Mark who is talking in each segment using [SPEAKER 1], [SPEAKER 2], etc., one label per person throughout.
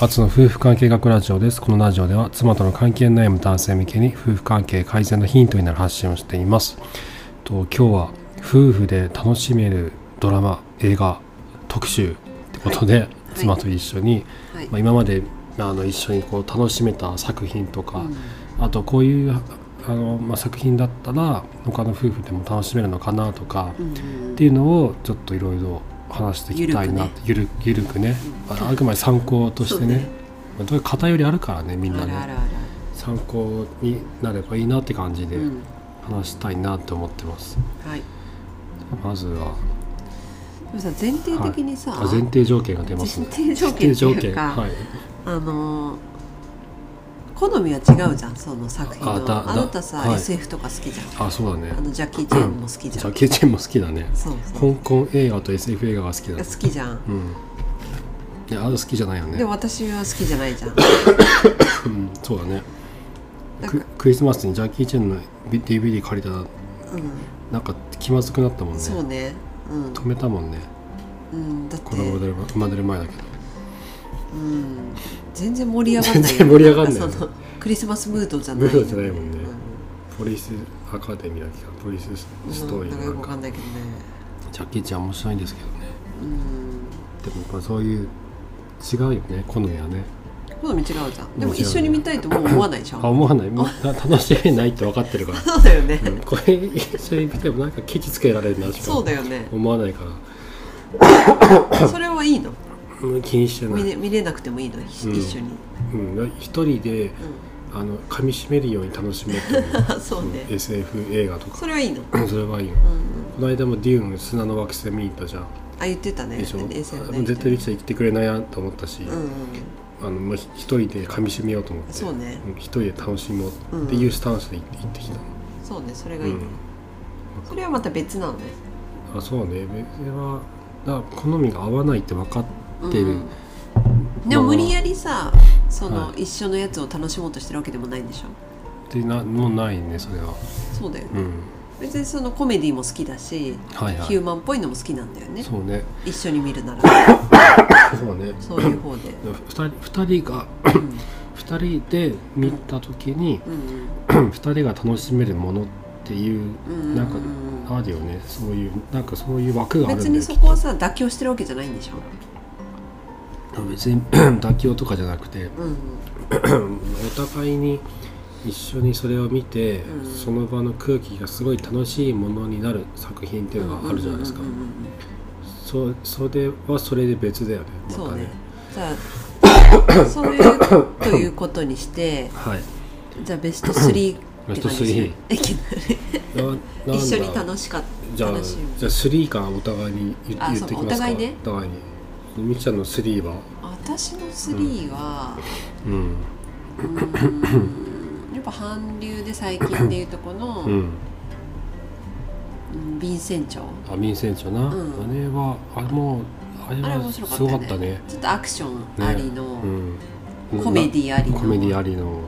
[SPEAKER 1] アツの夫婦関係学ラジオですこのラジオでは妻との関係悩む男性向けに夫婦関係改善のヒントになる発信をしていますと今日は夫婦で楽しめるドラマ映画特集ってことで、妻と一緒に、
[SPEAKER 2] はい
[SPEAKER 1] まあ、今まであの一緒にこう楽しめた作品とか、
[SPEAKER 2] うん
[SPEAKER 1] あとこういうあの、まあ、作品だったら他の夫婦でも楽しめるのかなとか、
[SPEAKER 2] うんうん
[SPEAKER 1] っていうのをちょっといろいろ話していきたいなってゆるゆるくねああくまで参考としてね
[SPEAKER 2] そうね
[SPEAKER 1] まあどういう偏りあるからねみんな
[SPEAKER 2] あ
[SPEAKER 1] ね
[SPEAKER 2] らあらあ
[SPEAKER 1] 参考になればいいなって感じ
[SPEAKER 2] ら、
[SPEAKER 1] で
[SPEAKER 2] うん、
[SPEAKER 1] 話したいなって思ってます、
[SPEAKER 2] はい
[SPEAKER 1] まずは
[SPEAKER 2] でもさ前提的にさ、
[SPEAKER 1] あ前提条件が出ますね
[SPEAKER 2] 前提条件っていうか
[SPEAKER 1] 前提条件はい
[SPEAKER 2] あのー好みは違うじゃんその作品の
[SPEAKER 1] あだだ
[SPEAKER 2] あなたさ、
[SPEAKER 1] はい
[SPEAKER 2] SF とか好きじゃん
[SPEAKER 1] あそうだね
[SPEAKER 2] あのジャッキー・チェーンも好きじ
[SPEAKER 1] ジ
[SPEAKER 2] ゃん、
[SPEAKER 1] ャケチェンも好きだね
[SPEAKER 2] そうそう
[SPEAKER 1] 香港映画と SF 映画が好きだ
[SPEAKER 2] 好きじゃん、
[SPEAKER 1] うんいやある好きじゃないよね
[SPEAKER 2] でも私は好きじゃないじゃん
[SPEAKER 1] うんそうだね
[SPEAKER 2] なん
[SPEAKER 1] ク
[SPEAKER 2] か
[SPEAKER 1] クリスマスにジャッキー・チェンの DVD 借りたら
[SPEAKER 2] うん
[SPEAKER 1] なんか気まずくなったもんね
[SPEAKER 2] そうねうん、
[SPEAKER 1] 止めたもんね
[SPEAKER 2] うん、だって
[SPEAKER 1] 子供が生まれる前だけど
[SPEAKER 2] うん、全然盛り上がんない
[SPEAKER 1] 全
[SPEAKER 2] よ
[SPEAKER 1] 然盛り上がんないよ
[SPEAKER 2] そのクリスマスムードじゃない
[SPEAKER 1] ムードじゃないもんね
[SPEAKER 2] うん
[SPEAKER 1] ポリスアカデミーだっけかポリスストーリー
[SPEAKER 2] なんか
[SPEAKER 1] の
[SPEAKER 2] よく
[SPEAKER 1] な
[SPEAKER 2] わ
[SPEAKER 1] ん
[SPEAKER 2] か
[SPEAKER 1] か
[SPEAKER 2] んないけどね
[SPEAKER 1] ジャッキーちゃん面白いんですけどね
[SPEAKER 2] うん
[SPEAKER 1] でもまあそういう違うよね好みはね
[SPEAKER 2] 好み違うじゃんでも
[SPEAKER 1] 違うね
[SPEAKER 2] 一緒に見たいとも思わないじゃん
[SPEAKER 1] あ思わないもうな 楽しめないって分かってるから、
[SPEAKER 2] そうだよね、
[SPEAKER 1] うんこれ一緒に見てもなんかケチつけられるなし
[SPEAKER 2] そう
[SPEAKER 1] か
[SPEAKER 2] だよね
[SPEAKER 1] 思わないから
[SPEAKER 2] それはいいの
[SPEAKER 1] うん気にしてな
[SPEAKER 2] 見
[SPEAKER 1] い、
[SPEAKER 2] れ見れなくてもいいの、一
[SPEAKER 1] うん
[SPEAKER 2] 一緒に、
[SPEAKER 1] うん、一人であの噛み締めるように楽しめって いう
[SPEAKER 2] うん、そうね、
[SPEAKER 1] SF 映画とか
[SPEAKER 2] それはいいの、
[SPEAKER 1] それはいいよ
[SPEAKER 2] うんうん、
[SPEAKER 1] この間もデューン砂の惑星見に行ったじゃん
[SPEAKER 2] あ言ってたね
[SPEAKER 1] でしょ、
[SPEAKER 2] SF
[SPEAKER 1] もう
[SPEAKER 2] ね
[SPEAKER 1] 絶対生きて生きてくれないなと思ったし、
[SPEAKER 2] うんうん
[SPEAKER 1] あのもうひ一人で噛み締めようと思って
[SPEAKER 2] そうね
[SPEAKER 1] ん一人で楽しもうっていうスタンスで行って行ってきたの、
[SPEAKER 2] そうねそれが
[SPEAKER 1] う
[SPEAKER 2] いい、
[SPEAKER 1] ん
[SPEAKER 2] それはまた別なのね
[SPEAKER 1] あそうね別にはだから好みが合わないって分かってる、
[SPEAKER 2] うんでも
[SPEAKER 1] まあ
[SPEAKER 2] 無理やりさその、
[SPEAKER 1] は
[SPEAKER 2] 一緒のやつを楽しもうとしてるわけでもないんでしょ
[SPEAKER 1] ってなもうないねそれは
[SPEAKER 2] そうだよね、
[SPEAKER 1] うん
[SPEAKER 2] 別にそのコメディも好きだし、
[SPEAKER 1] はいはい
[SPEAKER 2] ヒューマンっぽいのも好きなんだよね
[SPEAKER 1] そう ね
[SPEAKER 2] 一緒に見る なら
[SPEAKER 1] そうね
[SPEAKER 2] そういう方で
[SPEAKER 1] 二人二人が二人で見た時に
[SPEAKER 2] うんうん
[SPEAKER 1] 二人が楽しめるものっていう
[SPEAKER 2] うんうん
[SPEAKER 1] なんかあるよねそういうなんかそういう枠があるんだ
[SPEAKER 2] 別
[SPEAKER 1] よ
[SPEAKER 2] にそこはさ妥協してるわけじゃないんでしょ、
[SPEAKER 1] 別に 妥協とかじゃなくて
[SPEAKER 2] うんうん、
[SPEAKER 1] お互いに一緒にそれを見て、
[SPEAKER 2] うん
[SPEAKER 1] その場の空気がすごい楽しいものになる作品っていうのがあるじゃないですか、
[SPEAKER 2] うんうんうんうん
[SPEAKER 1] そうそれはそれで別だよねま
[SPEAKER 2] そう
[SPEAKER 1] たね
[SPEAKER 2] ねじゃあそういうということ にして
[SPEAKER 1] はい
[SPEAKER 2] じゃあベスト3
[SPEAKER 1] ベス
[SPEAKER 2] って
[SPEAKER 1] ト
[SPEAKER 2] 感じ
[SPEAKER 1] 3
[SPEAKER 2] いきなり
[SPEAKER 1] ななんだ
[SPEAKER 2] 一緒に楽しかっ
[SPEAKER 1] じ
[SPEAKER 2] た
[SPEAKER 1] ゃあ
[SPEAKER 2] 楽しむ
[SPEAKER 1] じゃあ3からお互いに言
[SPEAKER 2] あ
[SPEAKER 1] 言ってきますか
[SPEAKER 2] そうお互いね
[SPEAKER 1] お互いにみっちゃんの3は
[SPEAKER 2] 私の3は、
[SPEAKER 1] うん
[SPEAKER 2] うーん、やっぱ韓流で最近でいうとこの、
[SPEAKER 1] う
[SPEAKER 2] うん
[SPEAKER 1] ん
[SPEAKER 2] 便船長
[SPEAKER 1] あ民船長な、
[SPEAKER 2] うん
[SPEAKER 1] あれはあれもあれ
[SPEAKER 2] あれ
[SPEAKER 1] は
[SPEAKER 2] 面
[SPEAKER 1] す
[SPEAKER 2] 白かった
[SPEAKER 1] ごか
[SPEAKER 2] よね
[SPEAKER 1] ったね
[SPEAKER 2] ちょっとアクションありの、
[SPEAKER 1] うん、
[SPEAKER 2] コメディありの
[SPEAKER 1] コメディありのね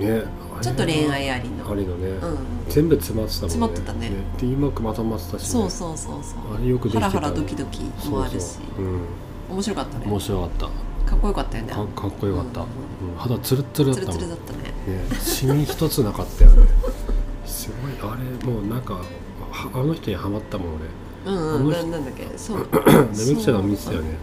[SPEAKER 1] あれ
[SPEAKER 2] ちょっと恋愛ありの
[SPEAKER 1] ありのね、
[SPEAKER 2] うん、
[SPEAKER 1] 全部詰まってたもんね
[SPEAKER 2] 詰まってたね
[SPEAKER 1] でうまくまとまってたし、ね、
[SPEAKER 2] そうそうそうそう
[SPEAKER 1] あれよくでき
[SPEAKER 2] ハ
[SPEAKER 1] てた
[SPEAKER 2] ラ
[SPEAKER 1] ね
[SPEAKER 2] ハラドキドキ
[SPEAKER 1] そうそう
[SPEAKER 2] もあるし
[SPEAKER 1] うん、
[SPEAKER 2] 面白かったね
[SPEAKER 1] 面白かった
[SPEAKER 2] かっこよかったよね
[SPEAKER 1] かかっこよかった、
[SPEAKER 2] う
[SPEAKER 1] うんん肌ツルッツル
[SPEAKER 2] ツ
[SPEAKER 1] だっ
[SPEAKER 2] ル
[SPEAKER 1] たも
[SPEAKER 2] ツ
[SPEAKER 1] ん
[SPEAKER 2] ルだったね
[SPEAKER 1] ねシミ一つなかったよね すごいあれもうなんかはあの人にはまったもん俺
[SPEAKER 2] うんうん
[SPEAKER 1] あの
[SPEAKER 2] な
[SPEAKER 1] 人
[SPEAKER 2] なんだっけそう
[SPEAKER 1] でみきちゃんの見てたよね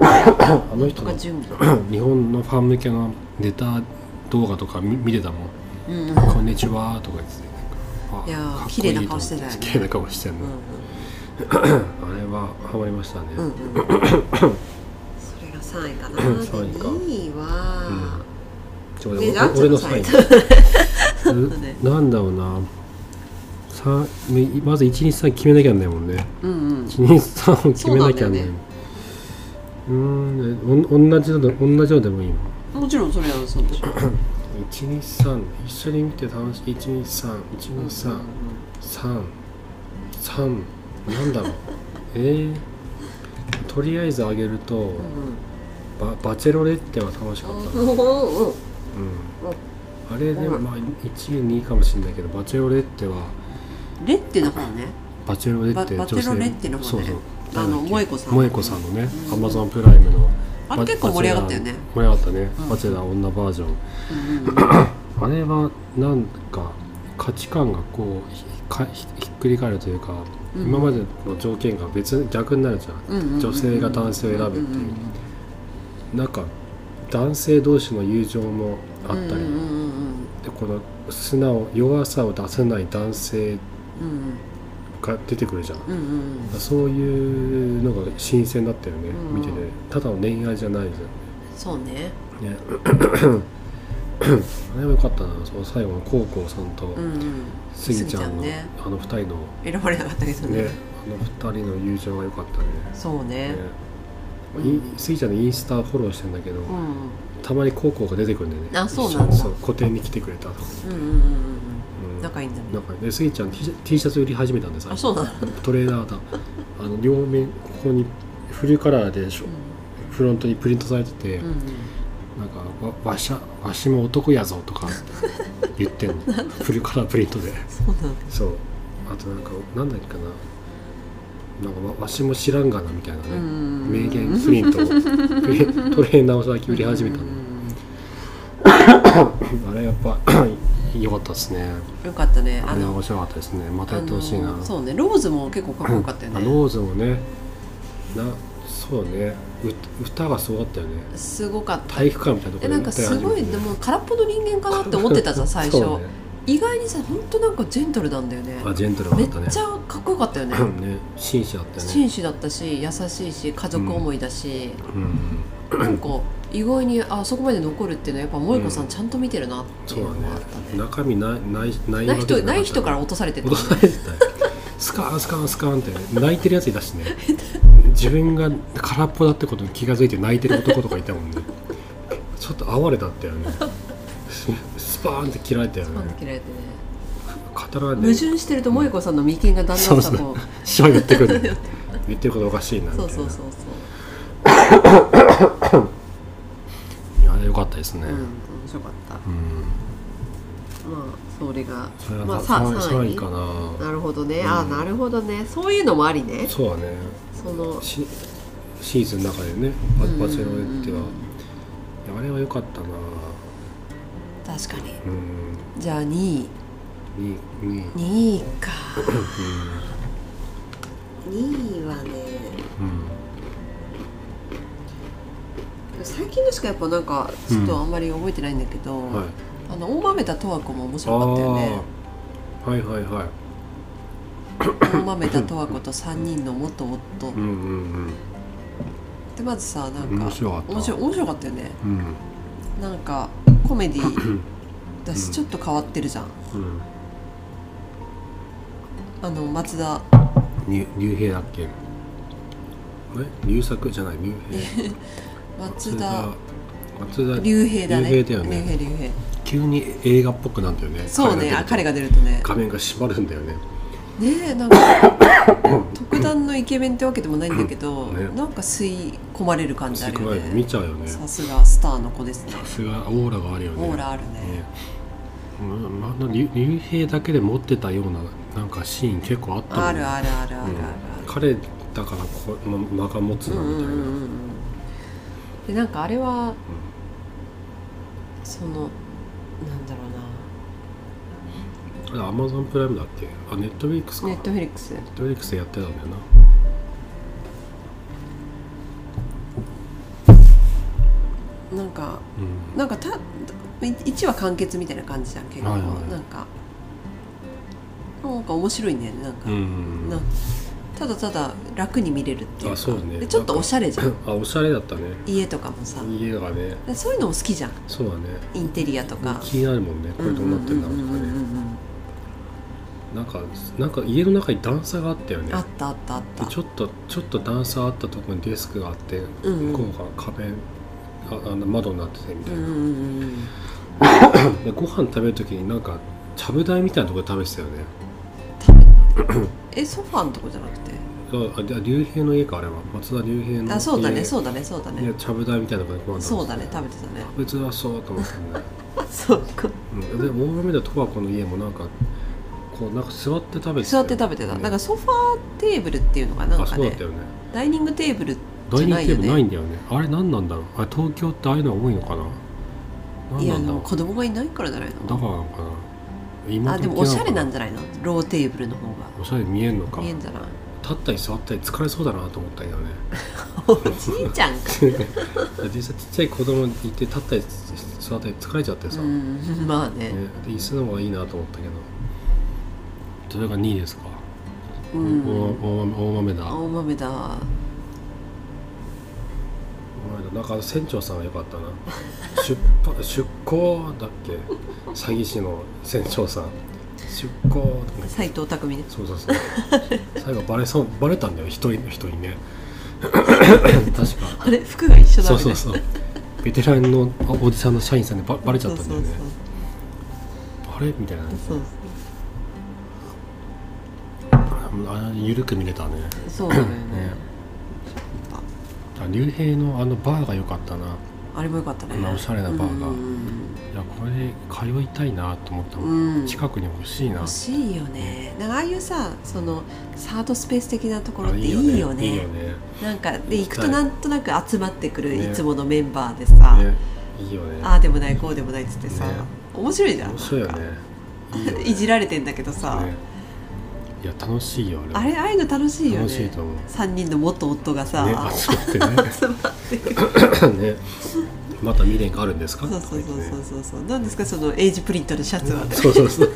[SPEAKER 1] あの人
[SPEAKER 2] と
[SPEAKER 1] の
[SPEAKER 2] か準備
[SPEAKER 1] 日本のファン向けのネタ動画とか見見てたもん
[SPEAKER 2] うんう
[SPEAKER 1] 「
[SPEAKER 2] ん
[SPEAKER 1] こんにちは」とか言っててなんかあ
[SPEAKER 2] いやー
[SPEAKER 1] かっこ
[SPEAKER 2] 綺麗な顔してたよね
[SPEAKER 1] と思って綺麗な顔してん
[SPEAKER 2] う
[SPEAKER 1] の、
[SPEAKER 2] ん
[SPEAKER 1] あれはハマりましたね、
[SPEAKER 2] うんうんうんそれが3位かなで
[SPEAKER 1] 三位か
[SPEAKER 2] 2位は、
[SPEAKER 1] ちょうど
[SPEAKER 2] ね
[SPEAKER 1] 俺
[SPEAKER 2] あんちゃ
[SPEAKER 1] 俺
[SPEAKER 2] んの
[SPEAKER 1] の
[SPEAKER 2] サ
[SPEAKER 1] サ
[SPEAKER 2] イ
[SPEAKER 1] イ
[SPEAKER 2] ン
[SPEAKER 1] ン
[SPEAKER 2] とね
[SPEAKER 1] なんだろうなさんまず123決めなきゃなんないもんね
[SPEAKER 2] うんうん
[SPEAKER 1] 123を決めなきゃなんない
[SPEAKER 2] そうなんだよね
[SPEAKER 1] うーんえおん同じので同じのでもいいの
[SPEAKER 2] もちろんそれはそうでしょ。
[SPEAKER 1] 123一緒に見て楽しい123123 3 3なんだろう えー、とりあえずあげると、ババチェロレッテは楽しかったな、うんあれでもまあ1位2位かもしれないけどバチェロレッテは
[SPEAKER 2] レッテの方ね。
[SPEAKER 1] バチェロレッテ女
[SPEAKER 2] ババチ
[SPEAKER 1] 性
[SPEAKER 2] ェロレッテの方ね
[SPEAKER 1] そうそう
[SPEAKER 2] あの
[SPEAKER 1] なんだっけ
[SPEAKER 2] 萌子さん
[SPEAKER 1] 萌子さんのねアマゾンプライムの
[SPEAKER 2] あれ結構盛り上がったよね
[SPEAKER 1] バチェラー盛り上がったね、
[SPEAKER 2] うん
[SPEAKER 1] バチェラー女バージョン
[SPEAKER 2] うんうん
[SPEAKER 1] あれはなんか価値観がこうひかひひっくり返るというか、
[SPEAKER 2] うん
[SPEAKER 1] 今までの条件が別に逆になるじゃん、
[SPEAKER 2] うんうんうん
[SPEAKER 1] 女性が男性を選ぶっていうん
[SPEAKER 2] んん
[SPEAKER 1] なんか男性同士の友情もあったり、
[SPEAKER 2] うんうんうん
[SPEAKER 1] でこの素直弱さを出せない男性
[SPEAKER 2] うん
[SPEAKER 1] が出てくるじゃん
[SPEAKER 2] うんうんうん
[SPEAKER 1] そういうのが新鮮だったよね、
[SPEAKER 2] うん
[SPEAKER 1] 見ててただの恋愛じゃないじ
[SPEAKER 2] そうね
[SPEAKER 1] ゃん ねあれは良かったなその最後の高校さんと
[SPEAKER 2] うんうん
[SPEAKER 1] スギちゃんの、
[SPEAKER 2] スギちゃんね
[SPEAKER 1] あの二人の
[SPEAKER 2] 選ばれなかったけどね
[SPEAKER 1] ね、あの二人の友情が良かったね。
[SPEAKER 2] そうね
[SPEAKER 1] ねいスギちゃんのインスタフォローしてんだけど、
[SPEAKER 2] うん
[SPEAKER 1] たまに高校が出てくるんだよね。
[SPEAKER 2] あそうなんだ
[SPEAKER 1] そう個展に来てくれたと。
[SPEAKER 2] うんうんうん
[SPEAKER 1] う
[SPEAKER 2] うんん仲いいんだね
[SPEAKER 1] なんかね、スギちゃん T シャ T シャツ売り始めたんでさ
[SPEAKER 2] あ、そうなの
[SPEAKER 1] トレーダーだ。あの両面ここにフルカラーでしょ、フロントにプリントされてて、
[SPEAKER 2] うんうん
[SPEAKER 1] なんかわわしゃわしも男やぞとか言ってん の。フルカラープリントで。
[SPEAKER 2] そうなの
[SPEAKER 1] そうあとなんかなんだっけかななんかわわしも知らんがなみたいなね
[SPEAKER 2] うん
[SPEAKER 1] 名言プリント をプリトレーナーを最近売り始めたの
[SPEAKER 2] うんうん
[SPEAKER 1] あれやっぱ 良かったですね
[SPEAKER 2] うんよかったね
[SPEAKER 1] あれは面白かったですねまたやってほしいな、
[SPEAKER 2] あのそうねローズも結構かっこよかったよ
[SPEAKER 1] あ
[SPEAKER 2] ね
[SPEAKER 1] ローズもねなそうねう歌がすごかったよね
[SPEAKER 2] すごかった
[SPEAKER 1] 体育館みたいなとこ
[SPEAKER 2] え
[SPEAKER 1] ろ
[SPEAKER 2] なんかすごいでも空っぽの人間かなって思ってたじゃん最初、
[SPEAKER 1] そうね
[SPEAKER 2] 意外にさ本当なんかジェントルなんだよね
[SPEAKER 1] あジェントルだ
[SPEAKER 2] め
[SPEAKER 1] っ
[SPEAKER 2] った
[SPEAKER 1] ね
[SPEAKER 2] ちゃかっこよかったよね
[SPEAKER 1] ね紳士だったよね
[SPEAKER 2] 紳士だったし優しいし家族思いだし、
[SPEAKER 1] うん
[SPEAKER 2] なんか意外にあそこまで残るっていうのはやっぱ萌子さんちゃんと見てるなってい
[SPEAKER 1] そうう
[SPEAKER 2] のがあ
[SPEAKER 1] だ
[SPEAKER 2] った
[SPEAKER 1] ね
[SPEAKER 2] ね
[SPEAKER 1] 中身ないないない
[SPEAKER 2] な
[SPEAKER 1] わ
[SPEAKER 2] い
[SPEAKER 1] けじゃか
[SPEAKER 2] 人
[SPEAKER 1] った
[SPEAKER 2] ない人から落とされてた
[SPEAKER 1] 落とされてたよスカーンスカーンスカーンって泣いてるやついたしね自分が空っぽだってことに気が付いて泣いてる男とかいたもんねちょっと哀れだったよねススパーンって切られたよ
[SPEAKER 2] パンで
[SPEAKER 1] ね
[SPEAKER 2] 切られてね
[SPEAKER 1] 刀で
[SPEAKER 2] 矛盾してると萌子さんの眉間がだんだん
[SPEAKER 1] そうそ
[SPEAKER 2] さ
[SPEAKER 1] う
[SPEAKER 2] こう
[SPEAKER 1] しわ寄ってくるんだよね言ってることおかしいなみたいう
[SPEAKER 2] そ
[SPEAKER 1] な
[SPEAKER 2] そうそうそう
[SPEAKER 1] いやよかったですねう
[SPEAKER 2] う
[SPEAKER 1] んん、
[SPEAKER 2] 面白かったまあそれが
[SPEAKER 1] それは
[SPEAKER 2] まあさ
[SPEAKER 1] 3,
[SPEAKER 2] 3
[SPEAKER 1] 位
[SPEAKER 2] 位
[SPEAKER 1] かな
[SPEAKER 2] なるほどね、
[SPEAKER 1] うん
[SPEAKER 2] ああなるほどねそういうのもありね
[SPEAKER 1] そうだね
[SPEAKER 2] その
[SPEAKER 1] シシーズンの中でねバ
[SPEAKER 2] うん
[SPEAKER 1] バチェロレッテは、いやあれは良かったな
[SPEAKER 2] 確かに
[SPEAKER 1] うん
[SPEAKER 2] じゃあ2位
[SPEAKER 1] にに
[SPEAKER 2] 2位か2位はね
[SPEAKER 1] うん
[SPEAKER 2] 最近のしかやっぱなんかちょっとあんまり覚えてないんだけど、
[SPEAKER 1] うんはい
[SPEAKER 2] あの大豆田十和子も面白かったよね
[SPEAKER 1] あーはいはいはい
[SPEAKER 2] 大豆田十和子と3人の元
[SPEAKER 1] う
[SPEAKER 2] 夫
[SPEAKER 1] んうん
[SPEAKER 2] でまずさなん
[SPEAKER 1] うん
[SPEAKER 2] か
[SPEAKER 1] 面白かった
[SPEAKER 2] 面白い面白かったよね
[SPEAKER 1] うん
[SPEAKER 2] なんかコメデ ィだしちょっと変わってるじゃん
[SPEAKER 1] うん
[SPEAKER 2] あの松田
[SPEAKER 1] 竜竜兵だっけえ竜作じゃない竜兵
[SPEAKER 2] 松田
[SPEAKER 1] 松田
[SPEAKER 2] 竜兵だね
[SPEAKER 1] 竜兵だよね
[SPEAKER 2] 竜兵竜兵
[SPEAKER 1] 急に映画っぽくなんだよね
[SPEAKER 2] そうねあ
[SPEAKER 1] 彼
[SPEAKER 2] 彼
[SPEAKER 1] が
[SPEAKER 2] が出るとね
[SPEAKER 1] 出ると画面が縛るんだよね
[SPEAKER 2] ねえなん か特段のイケメンってわけでもないんだけど、
[SPEAKER 1] ね
[SPEAKER 2] なんか吸い込まれる感じあ
[SPEAKER 1] す
[SPEAKER 2] る
[SPEAKER 1] ご
[SPEAKER 2] よ
[SPEAKER 1] い見
[SPEAKER 2] ね
[SPEAKER 1] ちゃうよね
[SPEAKER 2] さすがスターの子ですね
[SPEAKER 1] さすがオーラがあるよね
[SPEAKER 2] オーラあるね
[SPEAKER 1] ねうんあの竜竜兵だけで持ってたようななんかシーン結構あったもんね
[SPEAKER 2] あるあるあるあるあるあ
[SPEAKER 1] 彼だからこま間が持つ
[SPEAKER 2] る
[SPEAKER 1] な
[SPEAKER 2] うん
[SPEAKER 1] み
[SPEAKER 2] う
[SPEAKER 1] たいな、
[SPEAKER 2] んうんうんでなんかあれはそのなんだろ
[SPEAKER 1] あれアマゾンプライムだっけあネットフリックス
[SPEAKER 2] う
[SPEAKER 1] かネッ
[SPEAKER 2] なネットフリックス
[SPEAKER 1] トフリックスでやってたんだよな
[SPEAKER 2] なんか
[SPEAKER 1] うん
[SPEAKER 2] なんかた1話完結みたいな感じじゃん結構、
[SPEAKER 1] はいはい
[SPEAKER 2] なんかなんか面白いんだよねなんか、
[SPEAKER 1] うん
[SPEAKER 2] なただただ楽に見れるっていうか
[SPEAKER 1] あそうね
[SPEAKER 2] でちょっとおしゃれじゃん
[SPEAKER 1] あおしゃれだったね
[SPEAKER 2] 家とかもさ
[SPEAKER 1] 家がね
[SPEAKER 2] でそういうのも好きじゃん
[SPEAKER 1] そうだね
[SPEAKER 2] インテリアとか
[SPEAKER 1] 気になるもんねこれどうなってんだろうと
[SPEAKER 2] うん
[SPEAKER 1] か
[SPEAKER 2] うんうんう
[SPEAKER 1] ね
[SPEAKER 2] んうん
[SPEAKER 1] なんかなんか家の中に段差があったよね
[SPEAKER 2] あったあったあっ
[SPEAKER 1] で
[SPEAKER 2] た
[SPEAKER 1] ちょっとちょっと段差あったところにデスクがあって、
[SPEAKER 2] うん
[SPEAKER 1] 向こうが壁ああの窓になっててみた
[SPEAKER 2] う
[SPEAKER 1] い
[SPEAKER 2] んう
[SPEAKER 1] な、
[SPEAKER 2] んうんうん
[SPEAKER 1] でご飯食べる時になんかちゃぶ台みたいなところで食べてたよね
[SPEAKER 2] えソファーのとこじゃなくて
[SPEAKER 1] ああじゃあ竜兵の家かあれは松田竜兵の家
[SPEAKER 2] あそうだねそうだねそうだ
[SPEAKER 1] いや
[SPEAKER 2] ね
[SPEAKER 1] ちゃぶ台みたいなのがご飯
[SPEAKER 2] そうだね食べてたね
[SPEAKER 1] べ別はそうと思ってね、
[SPEAKER 2] そうか
[SPEAKER 1] うん、で大豆田十和子の家もなんかこうなんか座って食べてた
[SPEAKER 2] 座
[SPEAKER 1] よ
[SPEAKER 2] って食べてた
[SPEAKER 1] ね
[SPEAKER 2] だからソファーテーブルっていうのかななん
[SPEAKER 1] あ
[SPEAKER 2] か
[SPEAKER 1] そうだっ
[SPEAKER 2] ね
[SPEAKER 1] たよね
[SPEAKER 2] ダイニングテーブル
[SPEAKER 1] ダイニングテーブル
[SPEAKER 2] じゃ
[SPEAKER 1] な
[SPEAKER 2] ないい
[SPEAKER 1] んだよねあれ何なんだろうあれ東京ってああいうの多いのかな何
[SPEAKER 2] い
[SPEAKER 1] な
[SPEAKER 2] や
[SPEAKER 1] ん
[SPEAKER 2] で
[SPEAKER 1] だろ
[SPEAKER 2] も
[SPEAKER 1] う
[SPEAKER 2] 子供がいないからじゃない
[SPEAKER 1] だ
[SPEAKER 2] の
[SPEAKER 1] からなのかな今
[SPEAKER 2] あでもおしゃれなんじゃないのローテーブルの方が
[SPEAKER 1] おしゃれに見えんのか
[SPEAKER 2] 見え
[SPEAKER 1] 立
[SPEAKER 2] んじゃない
[SPEAKER 1] ったり座ったり疲れそうだなと思ったけどね
[SPEAKER 2] おじいちゃん か
[SPEAKER 1] 実際ちっちゃい子供にいて立ったり座ったり疲れちゃってさ、
[SPEAKER 2] う
[SPEAKER 1] ね、
[SPEAKER 2] んまあね
[SPEAKER 1] で椅子の方がいいなと思ったけどそれが2位ですか、
[SPEAKER 2] う
[SPEAKER 1] 大
[SPEAKER 2] ん
[SPEAKER 1] 大豆大豆だ
[SPEAKER 2] 青豆だ
[SPEAKER 1] お前らなんかあの船長さんが良かったな出発出航だっけ詐欺師の船長さん出航
[SPEAKER 2] 斎藤匠ね
[SPEAKER 1] そうそうそう 最後バレそうバレたんだよ一人の人にね確か
[SPEAKER 2] あれ服が一緒だ
[SPEAKER 1] そう
[SPEAKER 2] みたい
[SPEAKER 1] そう
[SPEAKER 2] な
[SPEAKER 1] そうベテランのおじさんの社員さんにババレちゃったんだよね
[SPEAKER 2] そう
[SPEAKER 1] あれみたいな
[SPEAKER 2] そう
[SPEAKER 1] あれ緩く見れたね
[SPEAKER 2] そうそうだよね
[SPEAKER 1] ねあ竜兵のあのバーが良かったな
[SPEAKER 2] あれもよかったね
[SPEAKER 1] まあおしゃれなバーが
[SPEAKER 2] うん
[SPEAKER 1] いやこれ通いたいなと思ったもん、
[SPEAKER 2] うん
[SPEAKER 1] 近くに欲しいな
[SPEAKER 2] 欲しいよねなんかああいうさそのサードスペース的なところっ
[SPEAKER 1] あ
[SPEAKER 2] て
[SPEAKER 1] れ
[SPEAKER 2] いいよ
[SPEAKER 1] いいよ
[SPEAKER 2] ね
[SPEAKER 1] ね
[SPEAKER 2] なんかで
[SPEAKER 1] 行
[SPEAKER 2] 行
[SPEAKER 1] き
[SPEAKER 2] く
[SPEAKER 1] たい
[SPEAKER 2] となんとなく集まってくる
[SPEAKER 1] ね
[SPEAKER 2] いつものメンバーでさ、
[SPEAKER 1] ねいいよね
[SPEAKER 2] ああでもないこうでもないっつってさ、
[SPEAKER 1] ね
[SPEAKER 2] 面白いじゃん
[SPEAKER 1] 面白いよねいいよ
[SPEAKER 2] なんか
[SPEAKER 1] ね
[SPEAKER 2] いじられてんだけどさ、
[SPEAKER 1] ねいや楽しいよあ
[SPEAKER 2] あ
[SPEAKER 1] れ
[SPEAKER 2] れああいうの楽しいよ
[SPEAKER 1] 楽しい
[SPEAKER 2] ね
[SPEAKER 1] と思う
[SPEAKER 2] 3人の元夫がさ、
[SPEAKER 1] ね集まってね
[SPEAKER 2] 集まって
[SPEAKER 1] ねまた未練があるんですか
[SPEAKER 2] そうそう
[SPEAKER 1] とか
[SPEAKER 2] そ
[SPEAKER 1] 言
[SPEAKER 2] う
[SPEAKER 1] って
[SPEAKER 2] そう
[SPEAKER 1] ね
[SPEAKER 2] そうそうなんですかそのエイジプリントのシャツは、
[SPEAKER 1] そうそうそう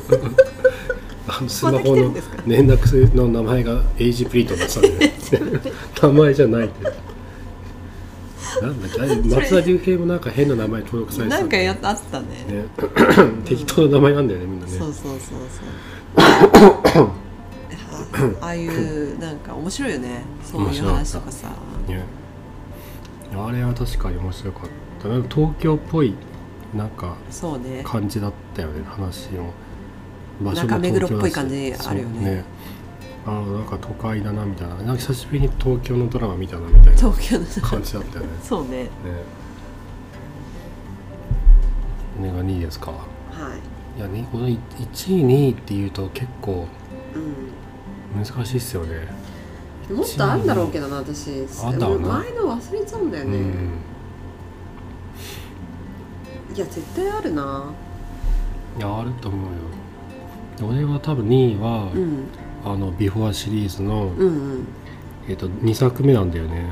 [SPEAKER 1] あのスマホの
[SPEAKER 2] また来てるんですか
[SPEAKER 1] 連絡先の名前がエイジプリントだったんで、ね、名前じゃないってなんだっけあれ松田龍平もなんか変な名前登録されて
[SPEAKER 2] な
[SPEAKER 1] た
[SPEAKER 2] んか
[SPEAKER 1] だ
[SPEAKER 2] や
[SPEAKER 1] よ
[SPEAKER 2] っあったね
[SPEAKER 1] ね適当な名前なんだよねみんなね
[SPEAKER 2] そうそうそうそ うあああいうなんか面白いよねそういう話とかさ
[SPEAKER 1] ねあれは確かに面白かったなんか東京っぽいなんか
[SPEAKER 2] そうね
[SPEAKER 1] 感じだったよね話の場
[SPEAKER 2] なんか目黒っぽい
[SPEAKER 1] 東
[SPEAKER 2] 感じ
[SPEAKER 1] 京だし
[SPEAKER 2] あるよね
[SPEAKER 1] そうああなんか都会だなみたいななんか久しぶりに東京のドラマ見たなみたいな
[SPEAKER 2] 東京の
[SPEAKER 1] 感じだったよね
[SPEAKER 2] そうね
[SPEAKER 1] ねこれが2位ですか
[SPEAKER 2] はい
[SPEAKER 1] やねこの1位2位っていうと結構
[SPEAKER 2] い、う
[SPEAKER 1] 難しいっすよね
[SPEAKER 2] ん、もっとあるんだろうけどな私
[SPEAKER 1] あんだろうな
[SPEAKER 2] 前の忘れちゃうんだよ
[SPEAKER 1] う
[SPEAKER 2] ね、
[SPEAKER 1] ん
[SPEAKER 2] いや絶対あるない
[SPEAKER 1] やあると思うよで俺は多分2位は、
[SPEAKER 2] うん
[SPEAKER 1] あのビフォアシリーズの、
[SPEAKER 2] うんうん
[SPEAKER 1] えっと2作目なんだよね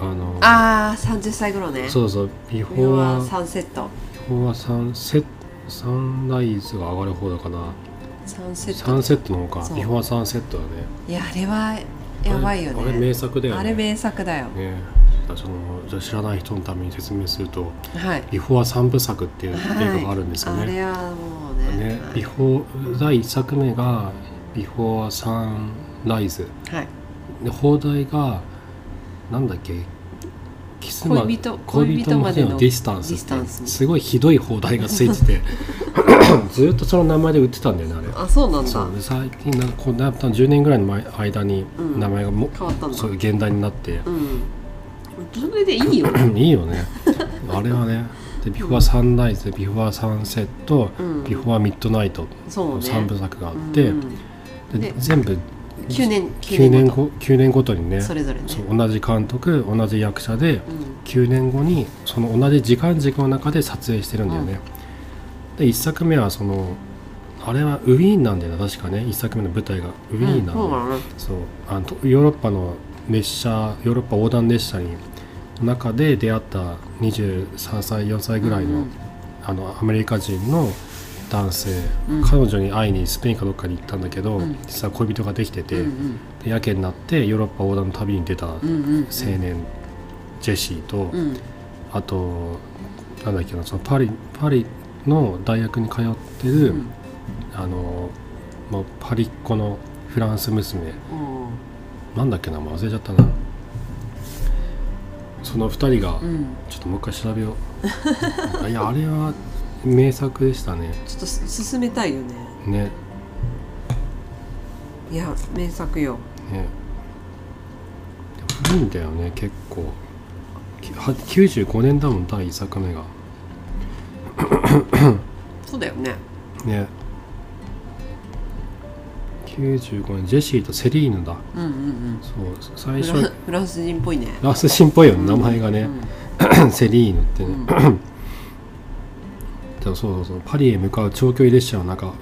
[SPEAKER 1] あの
[SPEAKER 2] ああ30歳頃ね
[SPEAKER 1] そうそうビフ
[SPEAKER 2] これ
[SPEAKER 1] ォア
[SPEAKER 2] はサンセット
[SPEAKER 1] ここはサンセッサンライズが上がる方だから
[SPEAKER 2] サンセッ
[SPEAKER 1] サ
[SPEAKER 2] ト
[SPEAKER 1] ンセットの方か
[SPEAKER 2] そう
[SPEAKER 1] ビフォーサンセットだね
[SPEAKER 2] いやあれはやばいよ
[SPEAKER 1] あれあれ
[SPEAKER 2] ね
[SPEAKER 1] 名作だよね
[SPEAKER 2] あれ名作だよ、
[SPEAKER 1] ねだからそのじゃあ知らない人のために説明すると
[SPEAKER 2] はい
[SPEAKER 1] ビフォー三部作っていう映
[SPEAKER 2] はい
[SPEAKER 1] 画があるんですよ
[SPEAKER 2] あ
[SPEAKER 1] ね,、
[SPEAKER 2] れはもうね
[SPEAKER 1] ね
[SPEAKER 2] はい
[SPEAKER 1] ビフォー第1作目がビフォーサンライズ
[SPEAKER 2] はい
[SPEAKER 1] で放題がなんだっけキス
[SPEAKER 2] 恋人
[SPEAKER 1] 恋人まで
[SPEAKER 2] 恋人まで
[SPEAKER 1] の
[SPEAKER 2] の
[SPEAKER 1] ディスタンス
[SPEAKER 2] ディスタン
[SPEAKER 1] って
[SPEAKER 2] ス
[SPEAKER 1] すごいひどい放題がついてて ずっとその名前で売ってたんだよねあれ
[SPEAKER 2] あそうなんだ
[SPEAKER 1] そう最近なんかこうな多分10年ぐらいの前間に
[SPEAKER 2] うん
[SPEAKER 1] 名前がも、
[SPEAKER 2] 変わったんだ
[SPEAKER 1] そういう現代になって、
[SPEAKER 2] うんそれでいいよ
[SPEAKER 1] いいよねあれはねでビフォアサンライズビフォアサンセット、
[SPEAKER 2] うん
[SPEAKER 1] ビフォアミッドナイト
[SPEAKER 2] そうね
[SPEAKER 1] 3部作があって、
[SPEAKER 2] うん
[SPEAKER 1] で
[SPEAKER 2] で
[SPEAKER 1] 全部
[SPEAKER 2] 9年
[SPEAKER 1] 9
[SPEAKER 2] 9
[SPEAKER 1] 年
[SPEAKER 2] 年
[SPEAKER 1] 後9年ごとにね
[SPEAKER 2] それぞれね
[SPEAKER 1] そう同じ監督同じ役者で
[SPEAKER 2] うん
[SPEAKER 1] 9年後にその同じ時間軸の中で撮影してるんだよね、で1作目はそのあれはウィーンなんだよね確かね1作目の舞台がウィーンなんだよ、
[SPEAKER 2] そうだね
[SPEAKER 1] そうあのとヨーロッパの列車ヨーロッパ横断列車に中で出会った23歳4歳ぐらいの,、
[SPEAKER 2] うん
[SPEAKER 1] あのアメリカ人の男性、
[SPEAKER 2] うん
[SPEAKER 1] 彼女に会いにスペインかどっかに行ったんだけど、
[SPEAKER 2] うん
[SPEAKER 1] 実は恋人ができてて、
[SPEAKER 2] うん
[SPEAKER 1] でやけになってヨーロッパ横断の旅に出た青
[SPEAKER 2] うんうんうん
[SPEAKER 1] 年、ジェシーと、
[SPEAKER 2] うん
[SPEAKER 1] あとなんだっけなそのパリパリの大学に通ってる、
[SPEAKER 2] うん
[SPEAKER 1] あのもうパリっ子のフランス娘、
[SPEAKER 2] うん
[SPEAKER 1] なんだっけな忘れちゃったなその2人が、
[SPEAKER 2] うん
[SPEAKER 1] ちょっともう一回調べよういやあれは名作でしたね
[SPEAKER 2] ちょっとす進めたいよね
[SPEAKER 1] ね
[SPEAKER 2] いや名作よ
[SPEAKER 1] ね古いんだよね結構きは95年だもん第1作目が
[SPEAKER 2] そうだよね
[SPEAKER 1] ね95年ジェシーとセリーヌだ
[SPEAKER 2] うんうん
[SPEAKER 1] そう最
[SPEAKER 2] うんフ
[SPEAKER 1] 初
[SPEAKER 2] ランフランス人っぽいね
[SPEAKER 1] ラスシンっぽいよね名前が
[SPEAKER 2] う
[SPEAKER 1] ね
[SPEAKER 2] ん、
[SPEAKER 1] セリーヌって
[SPEAKER 2] うん
[SPEAKER 1] ねでもそうそうそうパリへ向かう長距離列車の中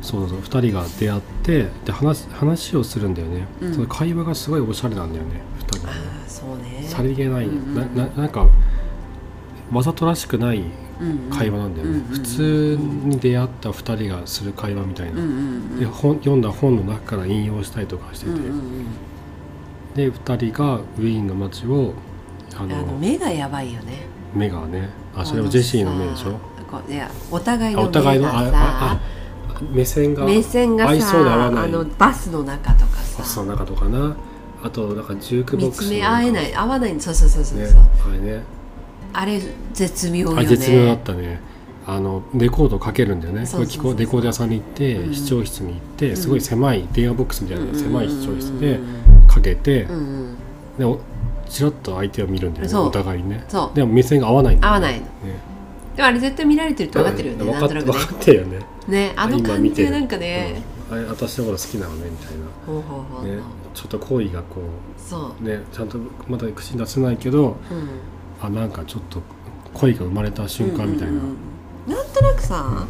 [SPEAKER 1] そうそう2人が出会ってで話話をするんだよね、
[SPEAKER 2] うん
[SPEAKER 1] その会話がすごいおしゃれなんだよね2人がね
[SPEAKER 2] ああそうね
[SPEAKER 1] さりげない、
[SPEAKER 2] うんうん
[SPEAKER 1] なななんかわざとらしくない
[SPEAKER 2] うんうん
[SPEAKER 1] 会話なんだよね、
[SPEAKER 2] うんうん
[SPEAKER 1] 普通に出会った2人がする会話みたいな、
[SPEAKER 2] うんうん
[SPEAKER 1] で本読んだ本の中から引用したりとかして
[SPEAKER 2] う
[SPEAKER 1] て、
[SPEAKER 2] んうん
[SPEAKER 1] で2人がウィーンの街をあ
[SPEAKER 2] うん
[SPEAKER 1] の
[SPEAKER 2] あの目がやばいよね
[SPEAKER 1] 目がねあそれはジェシーの目でしょ
[SPEAKER 2] こういやお互い
[SPEAKER 1] あ
[SPEAKER 2] の
[SPEAKER 1] お
[SPEAKER 2] 目が
[SPEAKER 1] 互いのああ
[SPEAKER 2] さ
[SPEAKER 1] あ目線が
[SPEAKER 2] 目線が
[SPEAKER 1] 合いそうで合
[SPEAKER 2] さ
[SPEAKER 1] わ
[SPEAKER 2] あ
[SPEAKER 1] ない
[SPEAKER 2] のバスの中とか
[SPEAKER 1] バス
[SPEAKER 2] さ
[SPEAKER 1] の中とかなあとなんかジュークボ
[SPEAKER 2] 見
[SPEAKER 1] ック
[SPEAKER 2] つ
[SPEAKER 1] ス
[SPEAKER 2] め合えないい合わないそうそうそうそう
[SPEAKER 1] ね
[SPEAKER 2] そう
[SPEAKER 1] あれね
[SPEAKER 2] あれ絶妙よ
[SPEAKER 1] あ
[SPEAKER 2] ね
[SPEAKER 1] 絶妙だったねあのレコードかけるんだよね
[SPEAKER 2] そうそうそうそう
[SPEAKER 1] これ聞こレコード屋さんに行って、
[SPEAKER 2] うん
[SPEAKER 1] 視聴室に行って、
[SPEAKER 2] ん
[SPEAKER 1] すごい狭い電話ボックスみたいな狭い視聴室でかけて、
[SPEAKER 2] うんうん
[SPEAKER 1] でおちらっと相手を見るんだよね
[SPEAKER 2] そう
[SPEAKER 1] お互いね
[SPEAKER 2] そう
[SPEAKER 1] でも目線が合わないんだ
[SPEAKER 2] 合
[SPEAKER 1] よ
[SPEAKER 2] わ
[SPEAKER 1] ね
[SPEAKER 2] ないの
[SPEAKER 1] ね
[SPEAKER 2] でもあれ絶対見られてるって分かってるよね、
[SPEAKER 1] 分
[SPEAKER 2] な
[SPEAKER 1] か
[SPEAKER 2] ん
[SPEAKER 1] っ
[SPEAKER 2] と
[SPEAKER 1] て
[SPEAKER 2] なく
[SPEAKER 1] 分
[SPEAKER 2] ね
[SPEAKER 1] かってるよね
[SPEAKER 2] ねあの
[SPEAKER 1] 今
[SPEAKER 2] 感
[SPEAKER 1] 見て
[SPEAKER 2] じ
[SPEAKER 1] る
[SPEAKER 2] がなんかね、
[SPEAKER 1] うんあれ私のこと好きなのねみたいな
[SPEAKER 2] ほうほうほうほう、
[SPEAKER 1] ね、ちょっと好意がこ
[SPEAKER 2] そう
[SPEAKER 1] ねちゃんとまだ口に出せないけど
[SPEAKER 2] うん
[SPEAKER 1] あなんかちょっと恋が生まれた瞬間みたいな、
[SPEAKER 2] うんうんうんなんとなくさ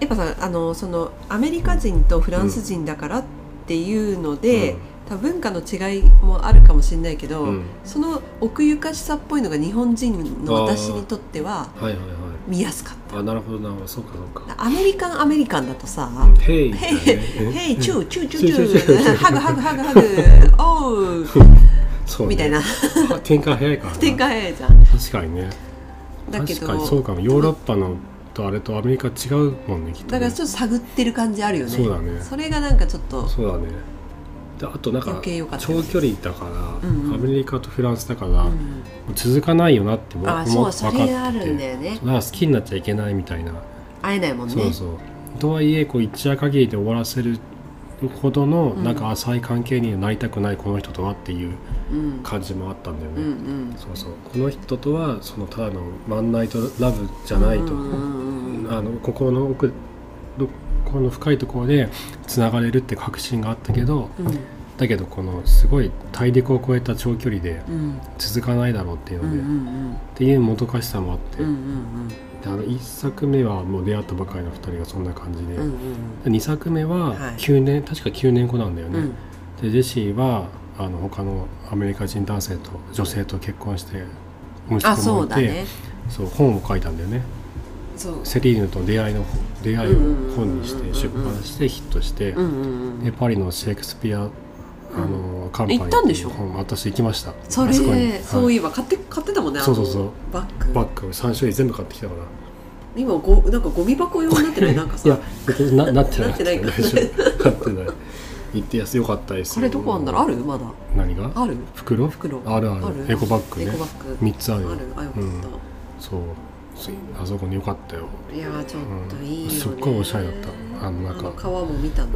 [SPEAKER 2] やっぱさあのそのアメリカ人とフランス人だからっていうので、
[SPEAKER 1] うん
[SPEAKER 2] 多分文化の違いもあるかもしれないけど、
[SPEAKER 1] うん
[SPEAKER 2] その奥ゆかしさっぽいのが日本人の私にとっては
[SPEAKER 1] はいはいはい
[SPEAKER 2] 見やすかった
[SPEAKER 1] あなるほどなそうかそうか
[SPEAKER 2] アメリカンアメリカンだとさ
[SPEAKER 1] うん「ヘイ」
[SPEAKER 2] 「
[SPEAKER 1] みた
[SPEAKER 2] ヘ
[SPEAKER 1] いな
[SPEAKER 2] イヘイ
[SPEAKER 1] ね
[SPEAKER 2] ヘイチューチューチュ
[SPEAKER 1] チュ
[SPEAKER 2] ー
[SPEAKER 1] ー
[SPEAKER 2] チ
[SPEAKER 1] チュ
[SPEAKER 2] ュ
[SPEAKER 1] ー
[SPEAKER 2] ーハグハグハグハグおう」
[SPEAKER 1] そうね
[SPEAKER 2] みたいな
[SPEAKER 1] あ展開早いからな
[SPEAKER 2] 展開早いじゃん。
[SPEAKER 1] 確かにね
[SPEAKER 2] だけど
[SPEAKER 1] 確かにそうかもヨーロッパのとあれとアメリカ違うもんねきっと
[SPEAKER 2] だ
[SPEAKER 1] ね
[SPEAKER 2] からちょっと探ってる感じあるよね。
[SPEAKER 1] そうだね
[SPEAKER 2] それがなんかちょっと
[SPEAKER 1] そうだねであとなんか
[SPEAKER 2] 余計良かった
[SPEAKER 1] 長距離だから、
[SPEAKER 2] うんうん
[SPEAKER 1] アメリカとフランスだから、も
[SPEAKER 2] ん
[SPEAKER 1] う続かないよなって僕も
[SPEAKER 2] あ
[SPEAKER 1] 分
[SPEAKER 2] そ
[SPEAKER 1] か
[SPEAKER 2] う
[SPEAKER 1] っ
[SPEAKER 2] そ
[SPEAKER 1] て
[SPEAKER 2] れあるんだよね
[SPEAKER 1] だから好きになっちゃいけないみたいな、
[SPEAKER 2] 会えないもんね
[SPEAKER 1] そうそうとはいえこう一夜限りで終わらせるほどの
[SPEAKER 2] うん
[SPEAKER 1] なんか浅い関係にはなりたくないこの人とはっていう
[SPEAKER 2] うん
[SPEAKER 1] 感じもあったんだよ
[SPEAKER 2] う
[SPEAKER 1] ね、
[SPEAKER 2] んうん
[SPEAKER 1] そうそうこの人とはそのただのワンナイトラブじゃないと、
[SPEAKER 2] うんうんうん
[SPEAKER 1] あの心の奥どこの深いところでつながれるって確信があったけど、
[SPEAKER 2] うん
[SPEAKER 1] だけどこのすごい大陸を越えた長距離で
[SPEAKER 2] うん
[SPEAKER 1] 続かないだろうっていう
[SPEAKER 2] うんう
[SPEAKER 1] ので、っ
[SPEAKER 2] ん
[SPEAKER 1] ていうもどかしさもあって、
[SPEAKER 2] うんうんうん
[SPEAKER 1] であの1作目はもう出会ったばかりの2人がそんな感じで、
[SPEAKER 2] うんうんうん
[SPEAKER 1] 2作目は
[SPEAKER 2] はい
[SPEAKER 1] 9年、確か9年後なんだよ
[SPEAKER 2] う
[SPEAKER 1] ね、
[SPEAKER 2] ん
[SPEAKER 1] でジェシーはあの他のアメリカ人男性と女性と結婚して息
[SPEAKER 2] あ
[SPEAKER 1] 子
[SPEAKER 2] そ
[SPEAKER 1] も
[SPEAKER 2] う
[SPEAKER 1] い
[SPEAKER 2] だ
[SPEAKER 1] て、
[SPEAKER 2] ね
[SPEAKER 1] そう本を書いたんだよね
[SPEAKER 2] そう
[SPEAKER 1] セリーヌとの出会いの出会いを本にし
[SPEAKER 2] うんうんうんうんう
[SPEAKER 1] て
[SPEAKER 2] ん
[SPEAKER 1] 出版してヒットして、
[SPEAKER 2] うんうんう
[SPEAKER 1] で
[SPEAKER 2] ん
[SPEAKER 1] パリのシェイクスピアあの、カンパニー
[SPEAKER 2] 行ったんでしょ
[SPEAKER 1] っていう本私行きました
[SPEAKER 2] そ
[SPEAKER 1] あ
[SPEAKER 2] れ
[SPEAKER 1] こにはい
[SPEAKER 2] そういえば買って買ってたもんねあ
[SPEAKER 1] そ
[SPEAKER 2] の
[SPEAKER 1] うそうそう
[SPEAKER 2] バッグ
[SPEAKER 1] バッグ3種類全部買ってきたから
[SPEAKER 2] 今ごなんかゴミ箱用になってないなんか
[SPEAKER 1] いや
[SPEAKER 2] さ
[SPEAKER 1] 別にななってない
[SPEAKER 2] なってないか
[SPEAKER 1] 大丈夫なってない行ってやすよかったです
[SPEAKER 2] これどこあんだろうあるまだ
[SPEAKER 1] 何が
[SPEAKER 2] ある
[SPEAKER 1] 袋
[SPEAKER 2] 袋
[SPEAKER 1] あるある
[SPEAKER 2] ある
[SPEAKER 1] エコバッグ
[SPEAKER 2] エ
[SPEAKER 1] ね
[SPEAKER 2] コバッグ
[SPEAKER 1] 3つあるよ
[SPEAKER 2] あるあよ
[SPEAKER 1] う
[SPEAKER 2] かっ
[SPEAKER 1] んそうあそこによかったよ
[SPEAKER 2] たいやーちょっといいよね
[SPEAKER 1] すっごいおしゃれだったあの中
[SPEAKER 2] あの川も見 たの